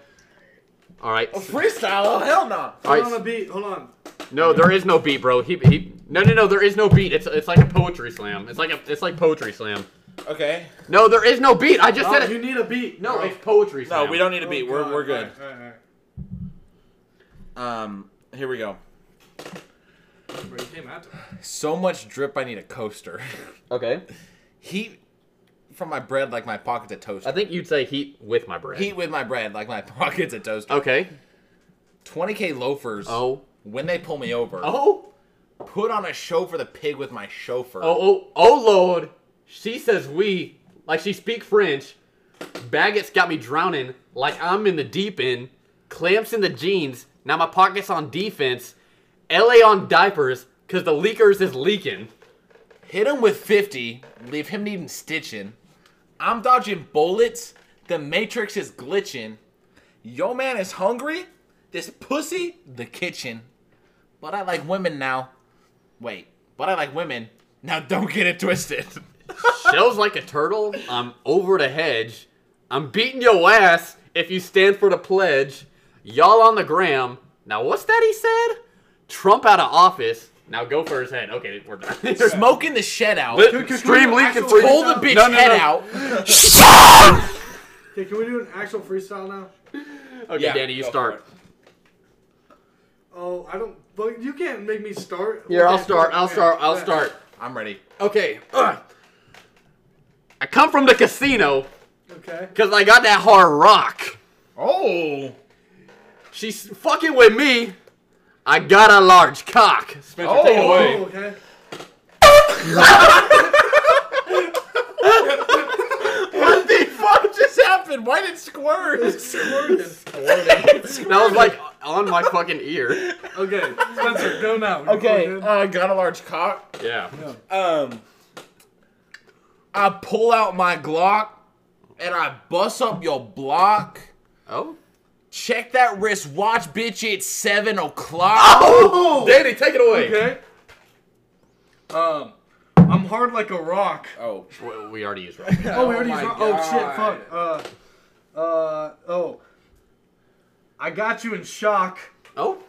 [SPEAKER 2] All right.
[SPEAKER 1] freestyle? Oh, hell no.
[SPEAKER 2] All
[SPEAKER 3] hold on a
[SPEAKER 2] right.
[SPEAKER 3] beat. Hold on.
[SPEAKER 2] No, there is no beat, bro. He, he No, no, no, there is no beat. It's it's like a poetry slam. It's like a it's like poetry slam.
[SPEAKER 1] Okay.
[SPEAKER 2] No, there is no beat. I just
[SPEAKER 3] Oh,
[SPEAKER 2] said
[SPEAKER 3] you
[SPEAKER 2] it.
[SPEAKER 3] need a beat. Oh,
[SPEAKER 2] No,
[SPEAKER 3] bro.
[SPEAKER 2] it's poetry
[SPEAKER 8] No,
[SPEAKER 2] slam.
[SPEAKER 8] we don't need a
[SPEAKER 3] Oh,
[SPEAKER 8] beat. We're,
[SPEAKER 3] God.
[SPEAKER 8] we're good.
[SPEAKER 3] All right, all right, all right.
[SPEAKER 1] Um, Here we go.
[SPEAKER 3] Bro, you came after.
[SPEAKER 1] So much drip, I need a coaster. <laughs>
[SPEAKER 2] Okay.
[SPEAKER 1] Heat from my bread like my pocket's a toaster.
[SPEAKER 2] I think you'd say heat with my bread.
[SPEAKER 1] Heat with my bread like my <laughs> pocket's a toaster.
[SPEAKER 2] Okay.
[SPEAKER 1] 20k loafers.
[SPEAKER 2] Oh.
[SPEAKER 1] When they pull me over,
[SPEAKER 2] Oh.
[SPEAKER 1] put on a show for the pig with my chauffeur.
[SPEAKER 2] Oh, oh, oh, Lord. She says we, like she speak French. Baggett's got me drowning, like I'm in the deep end. Clamps in the jeans, now my pocket's on defense. LA on diapers, cause the leakers is leaking.
[SPEAKER 1] Hit him with 50, leave him needing stitching. I'm dodging bullets, the matrix is glitching. Yo man is hungry, this pussy, the kitchen. But I like women now. Wait, but I like women. Now don't get it twisted.
[SPEAKER 2] <laughs> Shells like a turtle, I'm over the hedge. I'm beating your ass if you stand for the pledge. Y'all on the gram. Now what's that he said? Trump out of office. Now go for his head. Okay, we're done.
[SPEAKER 1] Smoking the shed out.
[SPEAKER 2] Let- Stream leaking
[SPEAKER 3] actually-
[SPEAKER 2] through.
[SPEAKER 1] Pull the bitch
[SPEAKER 2] No, no,
[SPEAKER 1] head
[SPEAKER 2] no.
[SPEAKER 1] out.
[SPEAKER 3] Okay, can we do an actual freestyle now?
[SPEAKER 2] Okay,
[SPEAKER 1] Yeah,
[SPEAKER 2] Danny, you
[SPEAKER 1] go
[SPEAKER 2] start.
[SPEAKER 3] Oh, I don't. But you can't make me start.
[SPEAKER 2] Here, I'll
[SPEAKER 3] Okay,
[SPEAKER 2] start. I'll
[SPEAKER 3] okay,
[SPEAKER 2] start. I'll
[SPEAKER 3] okay.
[SPEAKER 2] start.
[SPEAKER 1] I'm ready.
[SPEAKER 2] Okay. <clears throat> Ugh. I come from the casino
[SPEAKER 3] Okay.
[SPEAKER 2] because I got that hard rock.
[SPEAKER 1] Oh. <laughs>
[SPEAKER 2] She's fucking with me. I got a large cock. Spencer, take it
[SPEAKER 1] Oh.
[SPEAKER 2] away.
[SPEAKER 3] Oh, okay.
[SPEAKER 1] What the fuck just happened? Why did squirt?
[SPEAKER 2] That was like on my fucking ear.
[SPEAKER 3] Okay, Spencer, go now.
[SPEAKER 1] Uh, got a large cock.
[SPEAKER 2] <laughs> Yeah.
[SPEAKER 1] Um, I pull out my Glock and I bust up your block.
[SPEAKER 2] Oh.
[SPEAKER 1] Check that wristwatch, bitch. It's seven o'clock.
[SPEAKER 2] Oh. Danny, take it away.
[SPEAKER 3] Okay. Um, I'm hard like a rock.
[SPEAKER 1] Oh,
[SPEAKER 2] We- We already used rock.
[SPEAKER 3] Oh, we already
[SPEAKER 1] Oh my
[SPEAKER 3] used rock. Oh shit, fuck. Uh, uh, oh. I got you in shock.
[SPEAKER 2] Oh.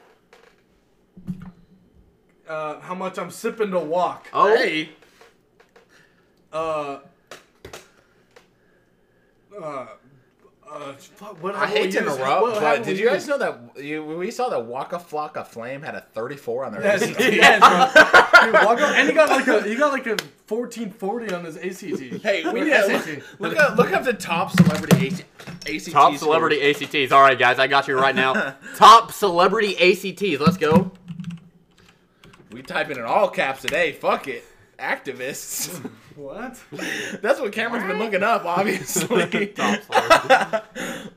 [SPEAKER 3] Uh, how much I'm sipping to walk.
[SPEAKER 2] Oh.
[SPEAKER 1] hey,
[SPEAKER 3] Uh. Uh. Uh, fuck, what
[SPEAKER 1] I hate to interrupt, but did you guys
[SPEAKER 3] know?
[SPEAKER 1] know that you, we saw that Waka Flocka Flame had a 34 on their
[SPEAKER 3] <laughs>
[SPEAKER 1] ACT?
[SPEAKER 3] yes, bro. Dude, Walker- and he got like a he got like a 1440 on his
[SPEAKER 1] <laughs> <laughs>
[SPEAKER 3] ACT.
[SPEAKER 1] Hey, we
[SPEAKER 3] Or
[SPEAKER 1] need to
[SPEAKER 3] SAT.
[SPEAKER 1] look up look up the top celebrity ACT. ACT
[SPEAKER 2] Top
[SPEAKER 1] scores.
[SPEAKER 2] celebrity ACTs. All right, guys, I got you right now. Top celebrity ACTs. Let's go.
[SPEAKER 1] We typing in all caps today. Fuck it, activists. <laughs>
[SPEAKER 3] What?
[SPEAKER 1] That's what Cameron's been looking up, <laughs> obviously.
[SPEAKER 2] Top celebrity.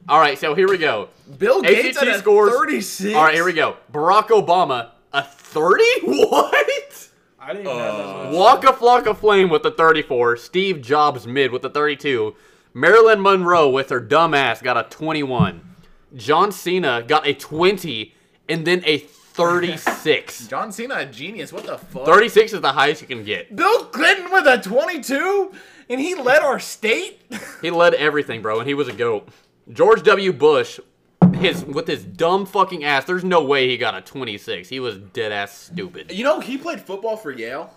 [SPEAKER 2] All right, so here we go.
[SPEAKER 1] Bill Gates
[SPEAKER 2] ACT
[SPEAKER 1] at a
[SPEAKER 2] scores-
[SPEAKER 1] 36.
[SPEAKER 2] All right, here we go. Barack Obama, a 30? <laughs> What?
[SPEAKER 3] I didn't even have
[SPEAKER 1] Uh.
[SPEAKER 3] that. much.
[SPEAKER 2] Walk a flock of flame with the 34. Steve Jobs mid with the 32. Marilyn Monroe with her dumb ass got a 21. John Cena got a 20 and then a <laughs> 36.
[SPEAKER 1] John Cena, a genius. What the fuck?
[SPEAKER 2] 36 is the highest you can get.
[SPEAKER 1] Bill Clinton with a 22, and he led our state.
[SPEAKER 2] He led everything, bro, and he was a goat. George W. Bush, his with his dumb fucking ass. There's no way he got a 26. He was dead ass
[SPEAKER 1] <laughs>
[SPEAKER 2] stupid.
[SPEAKER 1] You know he played football for Yale.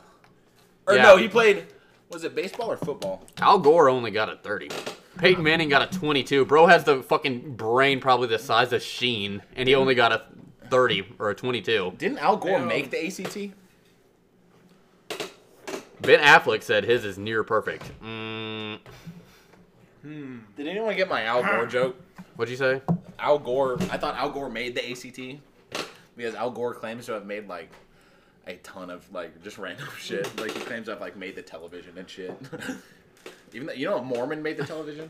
[SPEAKER 1] Or
[SPEAKER 2] Yeah.
[SPEAKER 1] no, he played. Was it baseball or football?
[SPEAKER 2] Al Gore only got a 30. Peyton Manning got a 22. Bro has the fucking brain probably the size of Sheen, and he only got a 30 or a 22.
[SPEAKER 1] Didn't Al Gore
[SPEAKER 3] Yeah.
[SPEAKER 1] make the ACT?
[SPEAKER 2] Ben Affleck said his is near perfect. Mm,
[SPEAKER 1] Did anyone get my Al <gasps> Gore joke?
[SPEAKER 2] what'd you say? <laughs>
[SPEAKER 1] Al Gore. I thought Al Gore made the ACT because Al Gore claims to have made like a ton of like just random <laughs> shit. Like he claims to have like made the television and shit. <laughs> Even though, you know, a Mormon made the television.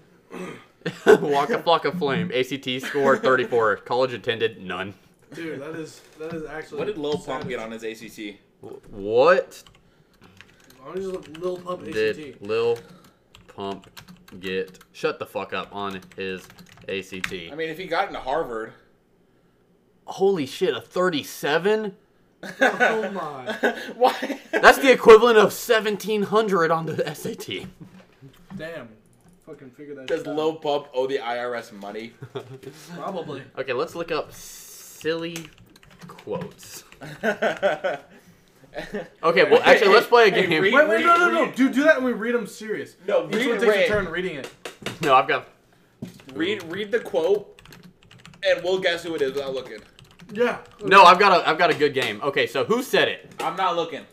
[SPEAKER 2] Walk a flock of flame. ACT score 34. College attended none.
[SPEAKER 3] Dude, that is that is actually.
[SPEAKER 1] What did Lil Pump
[SPEAKER 3] savage.
[SPEAKER 1] get on his ACT?
[SPEAKER 2] What
[SPEAKER 3] I want to just look Lil Pump ACT.
[SPEAKER 2] did Lil Pump get? Shut the fuck up on his ACT.
[SPEAKER 1] I mean, if he got into Harvard, <laughs>
[SPEAKER 2] Holy shit, a 37?
[SPEAKER 3] oh my.
[SPEAKER 1] why? <laughs>
[SPEAKER 2] That's the equivalent of 1700 on the SAT.
[SPEAKER 3] Damn. Fucking figure that.
[SPEAKER 1] Does
[SPEAKER 3] shit out.
[SPEAKER 1] Lil Pump owe the IRS money? <laughs>
[SPEAKER 3] Probably.
[SPEAKER 2] Okay, let's look up silly quotes. Okay, well, actually, let's play a
[SPEAKER 1] Hey,
[SPEAKER 2] game.
[SPEAKER 1] read-
[SPEAKER 3] Wait, wait, no, no,
[SPEAKER 1] Read-
[SPEAKER 3] no.
[SPEAKER 1] read-
[SPEAKER 3] Dude, do that when we read them serious.
[SPEAKER 1] No,
[SPEAKER 3] Each
[SPEAKER 1] read
[SPEAKER 3] one takes
[SPEAKER 1] Ray.
[SPEAKER 3] a turn reading it.
[SPEAKER 2] No, I've got.
[SPEAKER 1] Read read the quote, and we'll guess who it is without looking.
[SPEAKER 3] Yeah.
[SPEAKER 2] No, I've got a I've got a good game. Okay, so who said it?
[SPEAKER 1] I'm not looking.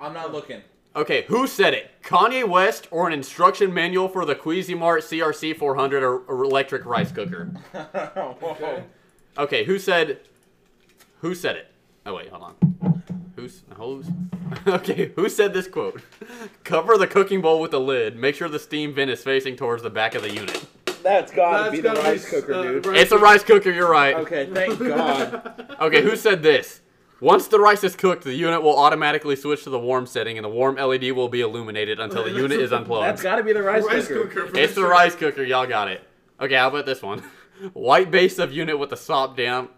[SPEAKER 1] I'm not looking. <laughs>
[SPEAKER 2] Okay, who said it? Kanye West or an instruction manual for the Cuisinart CRC 400 or, or electric rice cooker?
[SPEAKER 1] Whoa.
[SPEAKER 2] Okay, who said? Who said it? Oh wait, hold on. Who's? Who's? <laughs> Okay, who said this quote? <laughs> Cover the cooking bowl with a lid. Make sure the steam vent is facing towards the back of the unit.
[SPEAKER 8] That's gotta
[SPEAKER 3] That's
[SPEAKER 8] be the
[SPEAKER 3] gotta
[SPEAKER 8] rice
[SPEAKER 3] be,
[SPEAKER 8] cooker,
[SPEAKER 1] <laughs>
[SPEAKER 3] uh,
[SPEAKER 8] dude.
[SPEAKER 3] rice
[SPEAKER 2] It's a rice cooker. You're right.
[SPEAKER 8] Okay, thank God.
[SPEAKER 2] Okay, who said this? Once the rice is cooked, the unit will automatically switch to the warm setting, and the warm LED will be illuminated until the
[SPEAKER 8] <laughs>
[SPEAKER 2] unit is
[SPEAKER 8] That's
[SPEAKER 2] unplugged.
[SPEAKER 8] gotta be the rice,
[SPEAKER 3] Rice
[SPEAKER 8] cooker.
[SPEAKER 3] cooker. for
[SPEAKER 2] It's the
[SPEAKER 3] sure.
[SPEAKER 2] rice cooker. Y'all got it. Okay, how about this one? <laughs> White base of unit with a soft damp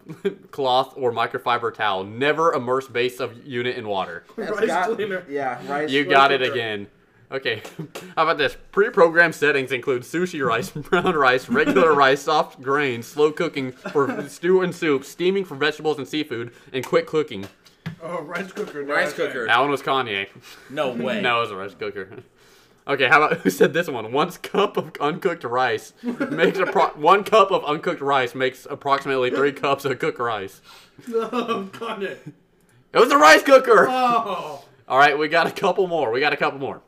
[SPEAKER 2] <laughs> cloth or microfiber towel. Never immerse base of unit in water.
[SPEAKER 8] That's
[SPEAKER 3] Rice
[SPEAKER 8] got-
[SPEAKER 1] <laughs>
[SPEAKER 3] cleaner.
[SPEAKER 8] Yeah, rice.
[SPEAKER 2] You got it
[SPEAKER 8] cooker.
[SPEAKER 2] again. Okay, <laughs> how about this? Pre-programmed settings include sushi rice, <laughs> brown rice, regular
[SPEAKER 8] <laughs>
[SPEAKER 2] rice, soft grain, slow cooking for <laughs> stew and soup, steaming for vegetables and seafood, and quick cooking.
[SPEAKER 3] Oh, rice cooker. no,
[SPEAKER 1] Rice
[SPEAKER 3] that's right. <laughs>
[SPEAKER 1] cooker.
[SPEAKER 2] That one was Kanye.
[SPEAKER 1] No way.
[SPEAKER 2] No, it was a rice cooker. Okay, how about <laughs> who said this one? One cup of uncooked rice
[SPEAKER 1] <laughs>
[SPEAKER 2] makes appro- one cup of uncooked rice makes approximately three cups of cooked rice.
[SPEAKER 3] No, Kanye.
[SPEAKER 2] It was a rice cooker.
[SPEAKER 3] Oh.
[SPEAKER 2] All right, we got a couple more. We got a couple more.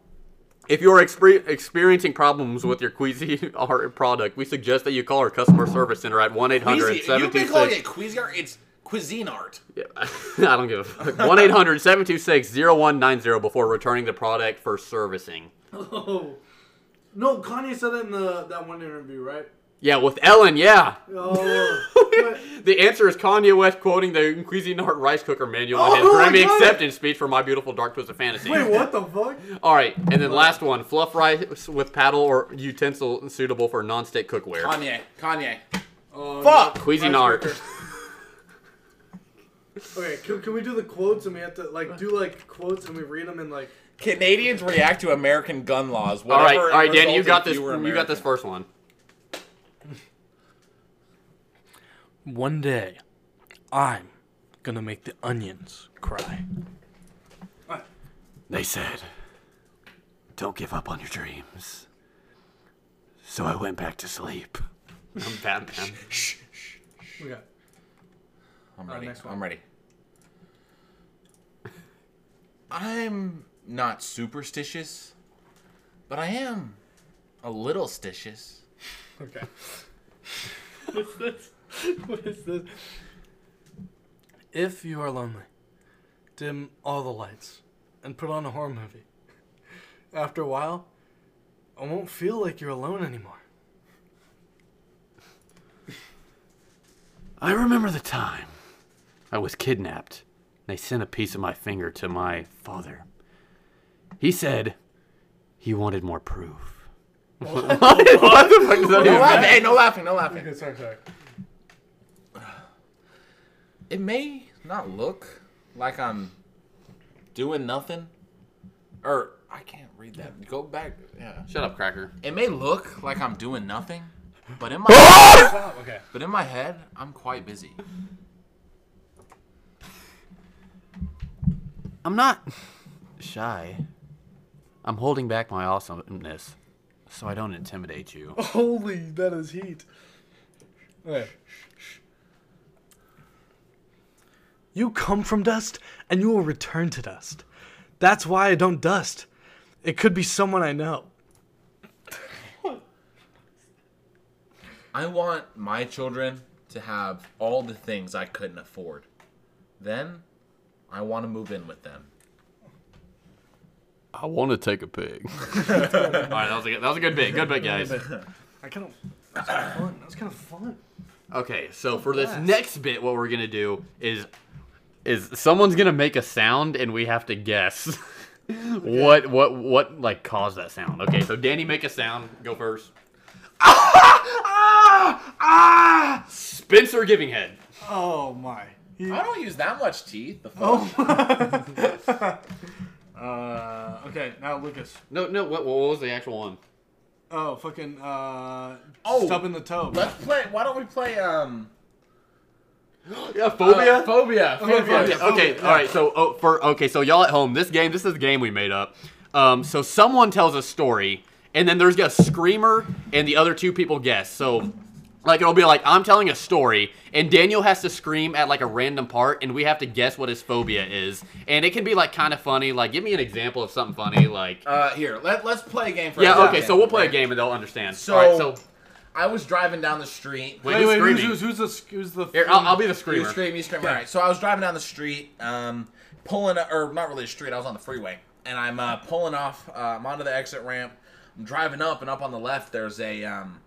[SPEAKER 2] If you're exper- experiencing problems with your <laughs> Queasy Art product, we suggest that you call our customer service center at 1 800
[SPEAKER 1] Queasy- You've been calling
[SPEAKER 2] 726.
[SPEAKER 1] it cuisine art. It's cuisine art.
[SPEAKER 2] <laughs> I don't give a fuck. 1 800 726 0190 before returning the product for servicing.
[SPEAKER 3] Oh. No, Kanye said that in the that one interview,
[SPEAKER 6] <laughs>
[SPEAKER 3] right?
[SPEAKER 2] Yeah, with Ellen, yeah.
[SPEAKER 3] Oh.
[SPEAKER 2] <laughs>
[SPEAKER 3] but-
[SPEAKER 2] The answer is Kanye West quoting the Cuisinart rice cooker manual in his
[SPEAKER 3] Oh, I
[SPEAKER 2] Grammy
[SPEAKER 3] got it.
[SPEAKER 2] acceptance speech for My Beautiful Dark Twisted Fantasy.
[SPEAKER 3] wait, what the fuck?
[SPEAKER 2] All right, and then last one: fluff rice with paddle or utensil suitable for non-stick cookware.
[SPEAKER 1] Kanye. Kanye.
[SPEAKER 3] Oh,
[SPEAKER 1] Fuck.
[SPEAKER 3] Rice
[SPEAKER 2] Cuisinart.
[SPEAKER 3] cooker. Okay, can, can we do the quotes and we have to like do like quotes and we read them and like
[SPEAKER 1] Canadians react to American gun laws.
[SPEAKER 2] All right,
[SPEAKER 1] whatever
[SPEAKER 2] all right, Danny, you
[SPEAKER 1] results
[SPEAKER 2] got
[SPEAKER 1] if
[SPEAKER 2] this.
[SPEAKER 1] were
[SPEAKER 2] You got this
[SPEAKER 1] American.
[SPEAKER 2] first one.
[SPEAKER 6] One day, I'm gonna make the onions cry.
[SPEAKER 2] They said, "Don't give up on your dreams." So I went back to sleep. I'm Batman.
[SPEAKER 3] we got
[SPEAKER 1] I'm ready.
[SPEAKER 3] Oh, next one.
[SPEAKER 1] I'm ready. I'm not superstitious, but I am a little stitious.
[SPEAKER 3] okay.
[SPEAKER 6] What's this? What is this? If you are lonely, dim all the lights and put on a horror movie. After a while, I won't feel like you're alone anymore.
[SPEAKER 2] I remember the time I was kidnapped. They sent a piece of my finger to my father. He said he wanted more proof. what? What the fuck does that
[SPEAKER 1] No
[SPEAKER 2] even
[SPEAKER 1] laughing.
[SPEAKER 2] matter?
[SPEAKER 1] Hey, no laughing. No laughing.
[SPEAKER 3] Okay, sorry, sorry.
[SPEAKER 1] It may not look like I'm doing nothing, or I can't read that. Go back. Yeah.
[SPEAKER 2] Shut up, Cracker.
[SPEAKER 1] It may look like I'm doing nothing, but <laughs> in my
[SPEAKER 3] Wow, Oh, okay.
[SPEAKER 1] but in my head, I'm quite busy.
[SPEAKER 2] I'm not <laughs> shy. I'm holding back my awesomeness so I don't intimidate you.
[SPEAKER 3] Holy, that is heat. Okay.
[SPEAKER 6] You come from dust and you will return to dust. That's why I don't dust. It could be someone I know.
[SPEAKER 1] I want my children to have all the things I couldn't afford. Then I want to move in with them.
[SPEAKER 2] <laughs>
[SPEAKER 1] <laughs>
[SPEAKER 2] I want to take a <laughs> pig. All right, that was a good, that was a good bit. Good bit, guys.
[SPEAKER 3] I kind of. That's kind of fun. That's kind of fun.
[SPEAKER 2] Okay, so for this next bit, what we're gonna do is is someone's gonna make a sound and we have to guess <laughs> what what what like caused that sound. Okay, so Danny, make a sound. Go first. <laughs> Ah! Ah! Spencer giving head. <laughs>
[SPEAKER 3] Oh my. <laughs>
[SPEAKER 1] I don't use that much teeth. The fuck?
[SPEAKER 2] Oh.
[SPEAKER 3] Uh, okay, now Lucas.
[SPEAKER 2] No, no. What, what was the actual one?
[SPEAKER 3] Oh, fucking. Uh,
[SPEAKER 1] Oh.
[SPEAKER 3] stubbing the toe.
[SPEAKER 1] Let's play. Why don't we play? Um,
[SPEAKER 2] Yeah, phobia.
[SPEAKER 1] uh, phobia. phobia.
[SPEAKER 2] Okay, okay, all right. So oh, for okay, so y'all at home, this game, this is a game we made up. Um, so someone tells a story, and then there's a screamer, and the other two people guess. So Like it'll be like I'm telling a story, and Daniel has to scream at like a random part, and we have to guess what his phobia is, and it can be like kind of funny. Like, give me an example of something funny. Like,
[SPEAKER 1] Uh, here, let, let's play a game for
[SPEAKER 2] yeah,
[SPEAKER 1] everyone.
[SPEAKER 2] okay, so we'll play a game and they'll understand.
[SPEAKER 1] So-
[SPEAKER 2] All right, so
[SPEAKER 1] I was driving down the street.
[SPEAKER 2] wait,
[SPEAKER 3] Wait,
[SPEAKER 2] who's
[SPEAKER 3] wait, who's,
[SPEAKER 2] screaming?
[SPEAKER 3] who's, who's the sc- who's the?
[SPEAKER 2] Here, I'll, I'll be the
[SPEAKER 1] You
[SPEAKER 2] screamer.
[SPEAKER 1] scream, you scream. All right. So I was driving down the street, um, pulling, or not really the street. I was on the freeway, and I'm uh, pulling off. Uh, I'm onto the exit ramp. I'm driving up, and up on the left, there's a um,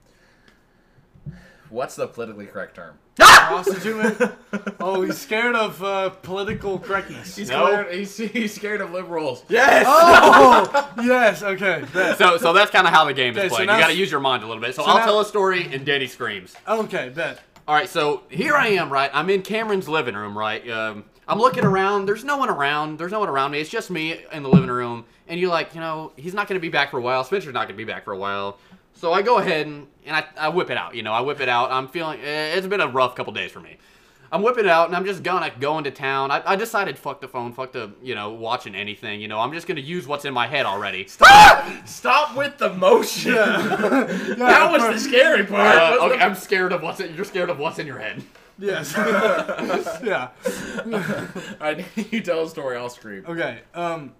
[SPEAKER 1] what's the politically correct term?
[SPEAKER 3] prostitute. man? oh, he's scared of uh, political correctness.
[SPEAKER 1] He's,
[SPEAKER 2] No.
[SPEAKER 1] scared, <laughs> he's, he's scared of <laughs> liberals.
[SPEAKER 9] Yes.
[SPEAKER 3] Oh <laughs> yes, okay. that-
[SPEAKER 2] So, so that's kind of how the game is
[SPEAKER 3] Okay, so
[SPEAKER 2] played.
[SPEAKER 3] now-
[SPEAKER 2] you got to use your mind a little bit. So,
[SPEAKER 3] so
[SPEAKER 2] I'll
[SPEAKER 3] now-
[SPEAKER 2] tell a story, and Danny screams.
[SPEAKER 3] Okay, bet.
[SPEAKER 2] All right, so here I am, right? I'm in Cameron's living room, right? Um, I'm looking around. There's no one around. There's no one around me. It's just me in the living room. And you're like, you know, he's not going to be back for a while. Spencer's not going to be back for a while. So I go ahead and, and I, I whip it out. You know, I whip it out. I'm feeling, eh, it's been a rough couple days for me. I'm whipping it out and I'm just gonna go into town. I, I decided fuck the phone, fuck the, you know, watching anything. You know, I'm just gonna use what's in my head already.
[SPEAKER 1] Ah! Stop with the
[SPEAKER 3] <laughs>
[SPEAKER 1] motion. that was the scary part.
[SPEAKER 2] Uh,
[SPEAKER 1] wasn't
[SPEAKER 2] okay, I'm scared of what's in, you're scared of what's in your head.
[SPEAKER 3] Yes. <laughs> yeah.
[SPEAKER 1] it? <laughs> All right, you tell a story, I'll scream.
[SPEAKER 3] Okay. Um.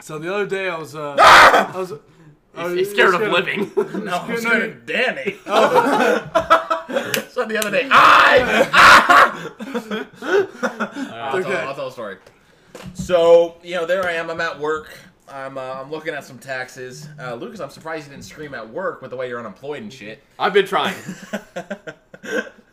[SPEAKER 3] So the other day I
[SPEAKER 1] <laughs>
[SPEAKER 3] was. Uh, I was. oh,
[SPEAKER 2] He's
[SPEAKER 3] you're
[SPEAKER 2] scared of living.
[SPEAKER 1] No, I'm
[SPEAKER 3] Good
[SPEAKER 1] scared of Danny.
[SPEAKER 3] night.
[SPEAKER 1] <laughs> so the other day, I. I'll,
[SPEAKER 3] Okay.
[SPEAKER 1] tell, I'll tell a story. So you know, there I am. I'm at work. I'm uh, I'm looking at some taxes. Uh, Lucas, I'm surprised you didn't scream at work with the way you're unemployed and shit. <laughs>
[SPEAKER 2] I've been trying.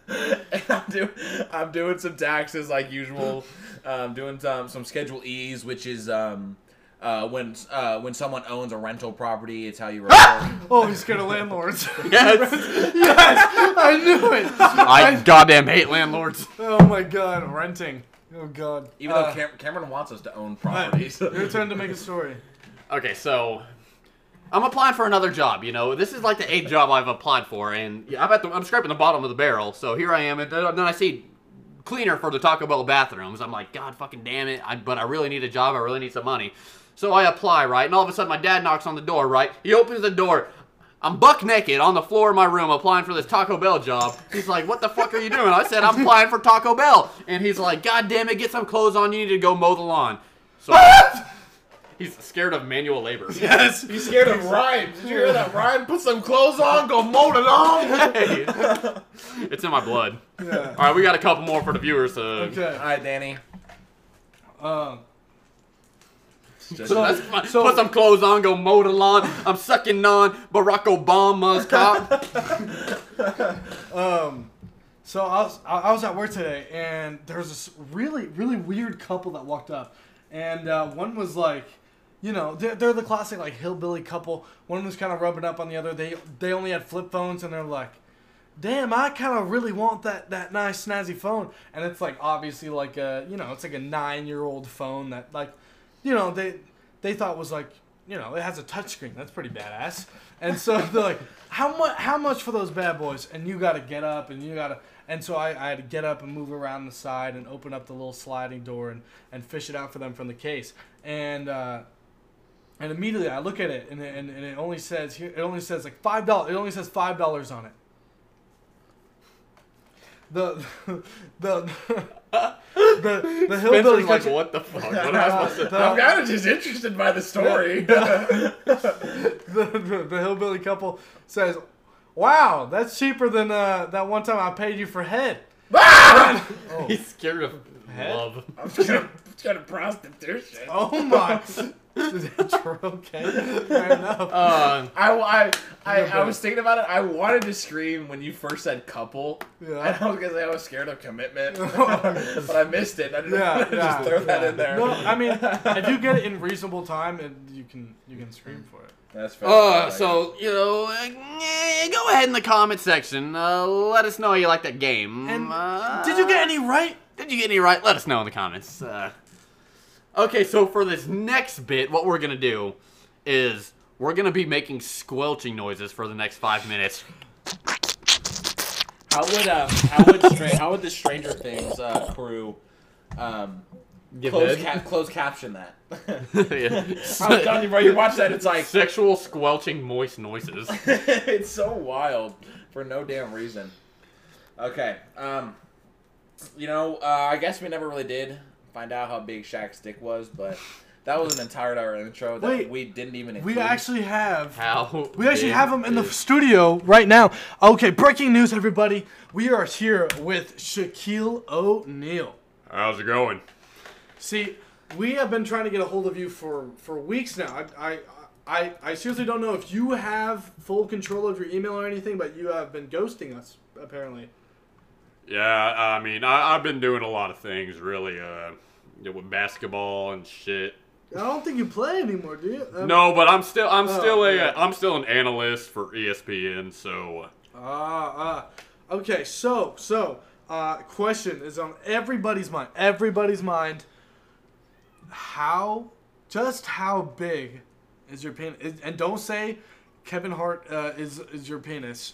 [SPEAKER 1] and I'm, do, I'm doing some taxes like usual. Um, doing some, some Schedule E's, which is um, uh, when uh, when someone owns a rental property, it's how you report.
[SPEAKER 3] Oh, he's scared of landlords. <laughs>
[SPEAKER 2] Yes.
[SPEAKER 3] I knew it.
[SPEAKER 2] I goddamn hate landlords.
[SPEAKER 3] Oh my god, renting. Oh god.
[SPEAKER 1] Even though
[SPEAKER 3] Uh,
[SPEAKER 1] Cam- Cameron wants us to own
[SPEAKER 3] alright,
[SPEAKER 1] properties.
[SPEAKER 3] your turn to make a story.
[SPEAKER 2] Okay, so I'm applying for another job. You know, this is like the eighth job I've applied for, and I'm at the, I'm scraping the bottom of the barrel. So here I am, and then then I see cleaner for the Taco Bell bathrooms. I'm like, God fucking damn it! I, but I really need a job. I really need some money. So I apply, right? And all of a sudden, my dad knocks on the door. Right? He opens the door. I'm buck naked on the floor of my room applying for this Taco Bell job. He's like, "What the fuck are you doing?" I said, "I'm applying for Taco Bell," and he's like, "God damn it, get some clothes on. You need to go mow the lawn." So he's scared of manual labor.
[SPEAKER 1] <laughs> yes, he's scared of Ryan. Did you hear that, Ryan? Put some clothes on, go mow it <laughs> on.
[SPEAKER 2] Hey. <laughs> it's in my blood.
[SPEAKER 3] Yeah.
[SPEAKER 1] <laughs>
[SPEAKER 2] All right, we got a couple more for the viewers. Uh,
[SPEAKER 3] Okay.
[SPEAKER 2] <laughs>
[SPEAKER 1] All right, Danny.
[SPEAKER 3] Um.
[SPEAKER 2] that's fine.
[SPEAKER 3] So-
[SPEAKER 2] Put some clothes on, go mow the lawn. I'm sucking on Barack Obama's
[SPEAKER 3] <laughs>
[SPEAKER 2] cock.
[SPEAKER 3] Um, so I was I I was at work today, and there was this really really weird couple that walked up, and uh, one was like, you know, they're, they're the classic like hillbilly couple. One was kind of rubbing up on the other. They they only had flip phones, and they're like. Damn, I kind of really want that, that nice snazzy phone, and it's like obviously like a you know it's like a nine year old phone that like, you know they they thought was like you know it has a touchscreen that's pretty badass, and so <laughs> they're like how much how much for those bad boys and you got to get up and you got to and so I, I had to get up and move around the side and open up the little sliding door and, and fish it out for them from the case and uh, and immediately I look at it and, it- and, and it only says here it only says like five dollars it only says five dollars on it the <laughs> the the the
[SPEAKER 2] Spencer's
[SPEAKER 3] hillbilly
[SPEAKER 2] like,
[SPEAKER 3] country-
[SPEAKER 2] what the fuck? What am I supposed to?
[SPEAKER 3] the-
[SPEAKER 1] I'm kind of just interested by the <laughs> story.
[SPEAKER 3] <laughs> the, the, the hillbilly couple says, "Wow, that's cheaper than uh, that one time I paid you for head." <laughs>
[SPEAKER 2] He's scared of love.
[SPEAKER 1] I'm kind of prostitution.
[SPEAKER 3] Oh
[SPEAKER 6] <laughs>
[SPEAKER 3] my! okay, fair enough.
[SPEAKER 2] Uh,
[SPEAKER 1] I, I, I, I was thinking about it. I wanted to scream when you first said couple. <laughs>
[SPEAKER 3] Yeah. <laughs>
[SPEAKER 1] And I was gonna say I was scared of commitment, but I missed it. I didn't
[SPEAKER 6] <laughs>
[SPEAKER 3] Yeah,
[SPEAKER 1] want to
[SPEAKER 3] yeah,
[SPEAKER 1] <laughs> just throw that
[SPEAKER 3] yeah.
[SPEAKER 1] in there.
[SPEAKER 3] no, I mean, if you get it in reasonable time, and you can you can scream for it.
[SPEAKER 1] That's fair.
[SPEAKER 2] uh, so you know, uh, eh, go ahead in the comment section. Uh, let us know you like that game.
[SPEAKER 3] And
[SPEAKER 2] Uh,
[SPEAKER 3] Did you get any right?
[SPEAKER 2] Did you get any right? Let us know in the comments. Uh, okay, so for this next bit, what we're gonna do is we're gonna be making squelching noises for the next five
[SPEAKER 6] <laughs>
[SPEAKER 2] minutes.
[SPEAKER 1] how would um, how would stra- how would the Stranger Things uh, crew um, close cap- close caption that? <laughs>
[SPEAKER 6] Oh,
[SPEAKER 2] Yeah.
[SPEAKER 1] I'm <laughs>
[SPEAKER 2] <laughs>
[SPEAKER 1] telling you, bro. You watch that, it's like
[SPEAKER 2] Sexual squelching moist noises.
[SPEAKER 1] it's so wild. for no damn reason. Okay. Um, you know, uh, I guess we never really did find out how big Shaq's dick was, but that was an entire hour intro that
[SPEAKER 6] Wait,
[SPEAKER 1] we didn't even include.
[SPEAKER 6] We actually have.
[SPEAKER 2] How?
[SPEAKER 6] We actually
[SPEAKER 2] big
[SPEAKER 6] have him in the
[SPEAKER 2] is-
[SPEAKER 6] studio right now. Okay, breaking news, everybody. We are here with Shaquille O'Neal.
[SPEAKER 2] How's it going?
[SPEAKER 6] See,
[SPEAKER 3] We have been trying to get a hold of you for, for weeks now. I, I, I, I seriously don't know if you have full control of your email or anything, but you have been ghosting us, apparently.
[SPEAKER 2] Yeah, I mean, I, I've been doing a lot of things, really, uh, you know, with basketball and shit.
[SPEAKER 3] I don't think you play anymore, do you? Um,
[SPEAKER 2] No, but I'm still, I'm
[SPEAKER 3] Oh,
[SPEAKER 2] still a,
[SPEAKER 3] yeah.
[SPEAKER 2] I'm still an analyst for E ESPN. So, uh,
[SPEAKER 3] Ah, ah. Okay, so, so, uh, question is on everybody's mind. Everybody's mind. How, just how big is your penis? Is, and don't say Kevin Hart uh, is is your penis.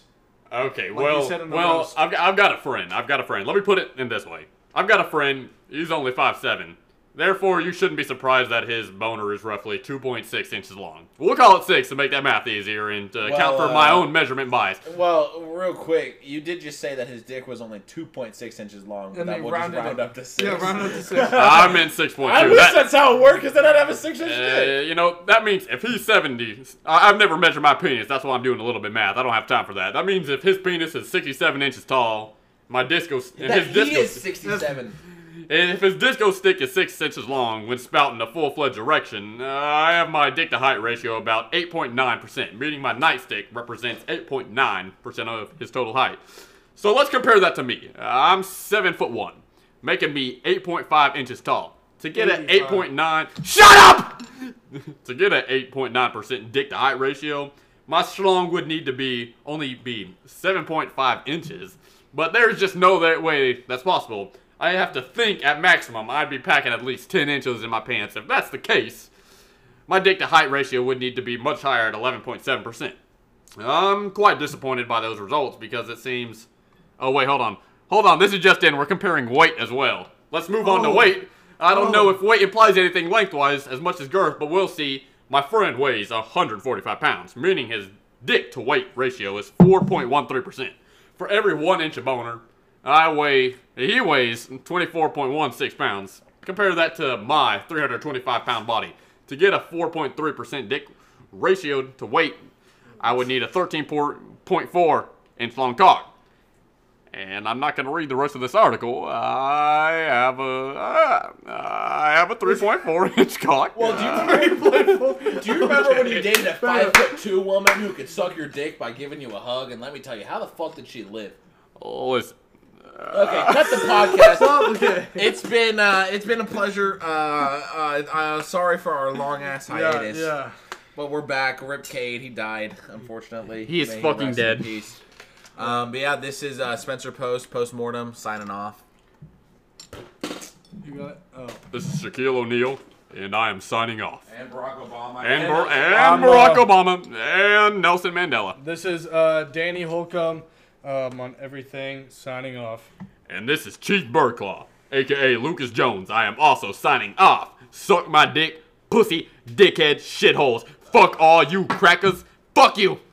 [SPEAKER 2] okay,
[SPEAKER 3] you
[SPEAKER 2] well,
[SPEAKER 3] said in the
[SPEAKER 2] well,
[SPEAKER 3] roast.
[SPEAKER 2] I've, got- I've got a friend. I've got a friend. Let me put it in this way: I've got a friend. He's only five seven. Therefore, you shouldn't be surprised that his boner is roughly 2.6 inches long. We'll call it six to make that math easier and uh, account for
[SPEAKER 1] Well,
[SPEAKER 2] my
[SPEAKER 1] uh,
[SPEAKER 2] own measurement bias.
[SPEAKER 1] Well, real quick, you did just say that his dick was only 2.6 inches long, but
[SPEAKER 6] And
[SPEAKER 1] that
[SPEAKER 6] they
[SPEAKER 1] we'll just
[SPEAKER 6] rounded
[SPEAKER 1] round
[SPEAKER 6] it-
[SPEAKER 1] up to six.
[SPEAKER 6] yeah, round
[SPEAKER 3] <laughs>
[SPEAKER 6] up to six.
[SPEAKER 2] I meant 6.2.
[SPEAKER 1] I wish
[SPEAKER 2] That-
[SPEAKER 1] that's how it worked, because then I'd have a six inch dick.
[SPEAKER 2] Uh, you know, that means if he's 70, I, I've never measured my penis. That's why I'm doing a little bit math. I don't have time for that. That means if his penis is 67 inches tall, my disco, and
[SPEAKER 1] That
[SPEAKER 2] his
[SPEAKER 1] he
[SPEAKER 2] disco,
[SPEAKER 1] is 67.
[SPEAKER 2] and if his disco stick is six inches long when spouting a full-fledged erection, uh, I have my dick to height ratio about 8.9%, meaning my nightstick represents 8.9% of his total height. So let's compare that to me. I'm seven foot one, making me 8.5 inches tall. To get an 8.9, shut up! <laughs> to get an 8.9% dick to height ratio, my schlong would need to be only be 7.5 inches. But there's just no that way that's possible. I have to think at maximum I'd be packing at least 10 inches in my pants. If that's the case, my dick to height ratio would need to be much higher at 11.7%. I'm quite disappointed by those results because it seems. Oh, wait, hold on. Hold on, this is just in. We're comparing weight as well. Let's move on to
[SPEAKER 3] Oh.
[SPEAKER 2] weight. I don't
[SPEAKER 3] Oh.
[SPEAKER 2] know if weight implies anything lengthwise as much as girth, but we'll see. My friend weighs 145 pounds, meaning his dick to weight ratio is 4.13%. For every one inch of boner, I weigh, he weighs 24.16 pounds. Compare that to my 325 pound body. To get a 4.3% dick ratio to weight, I would need a 13.4 inch long cock and I'm not going to read the rest of this article. I have a uh, I have a 3.4 <laughs> inch cock.
[SPEAKER 1] Well, do you remember, do you remember when
[SPEAKER 2] <laughs>
[SPEAKER 1] you dated a
[SPEAKER 3] Fair.
[SPEAKER 1] five foot two woman who could suck your dick by giving you a hug? And let me tell you, how the fuck did she live?
[SPEAKER 2] Oh, listen.
[SPEAKER 1] Okay, cut the podcast.
[SPEAKER 3] Okay.
[SPEAKER 1] It's been uh, it's been a pleasure. Uh, uh, uh, sorry for our long ass
[SPEAKER 3] Yeah,
[SPEAKER 1] hiatus,
[SPEAKER 3] yeah.
[SPEAKER 1] but we're back. Rip Cade, he died unfortunately.
[SPEAKER 2] He is
[SPEAKER 1] May
[SPEAKER 2] fucking
[SPEAKER 1] rest in
[SPEAKER 2] dead.
[SPEAKER 1] peace. Um, but yeah, this is uh, Spencer Post postmortem signing off.
[SPEAKER 6] you got it. Oh.
[SPEAKER 2] This is Shaquille O'Neal, and I am signing off.
[SPEAKER 8] And Barack Obama.
[SPEAKER 2] And, Bar- and
[SPEAKER 6] I'm,
[SPEAKER 2] Barack
[SPEAKER 6] uh,
[SPEAKER 2] Obama and Nelson Mandela.
[SPEAKER 6] This is uh, Danny Holcomb um, on everything signing off.
[SPEAKER 2] And this is Chief Burklaw, aka Lucas Jones. I am also signing off. Suck my dick, pussy, dickhead, shitholes. Fuck all you crackers. Fuck you.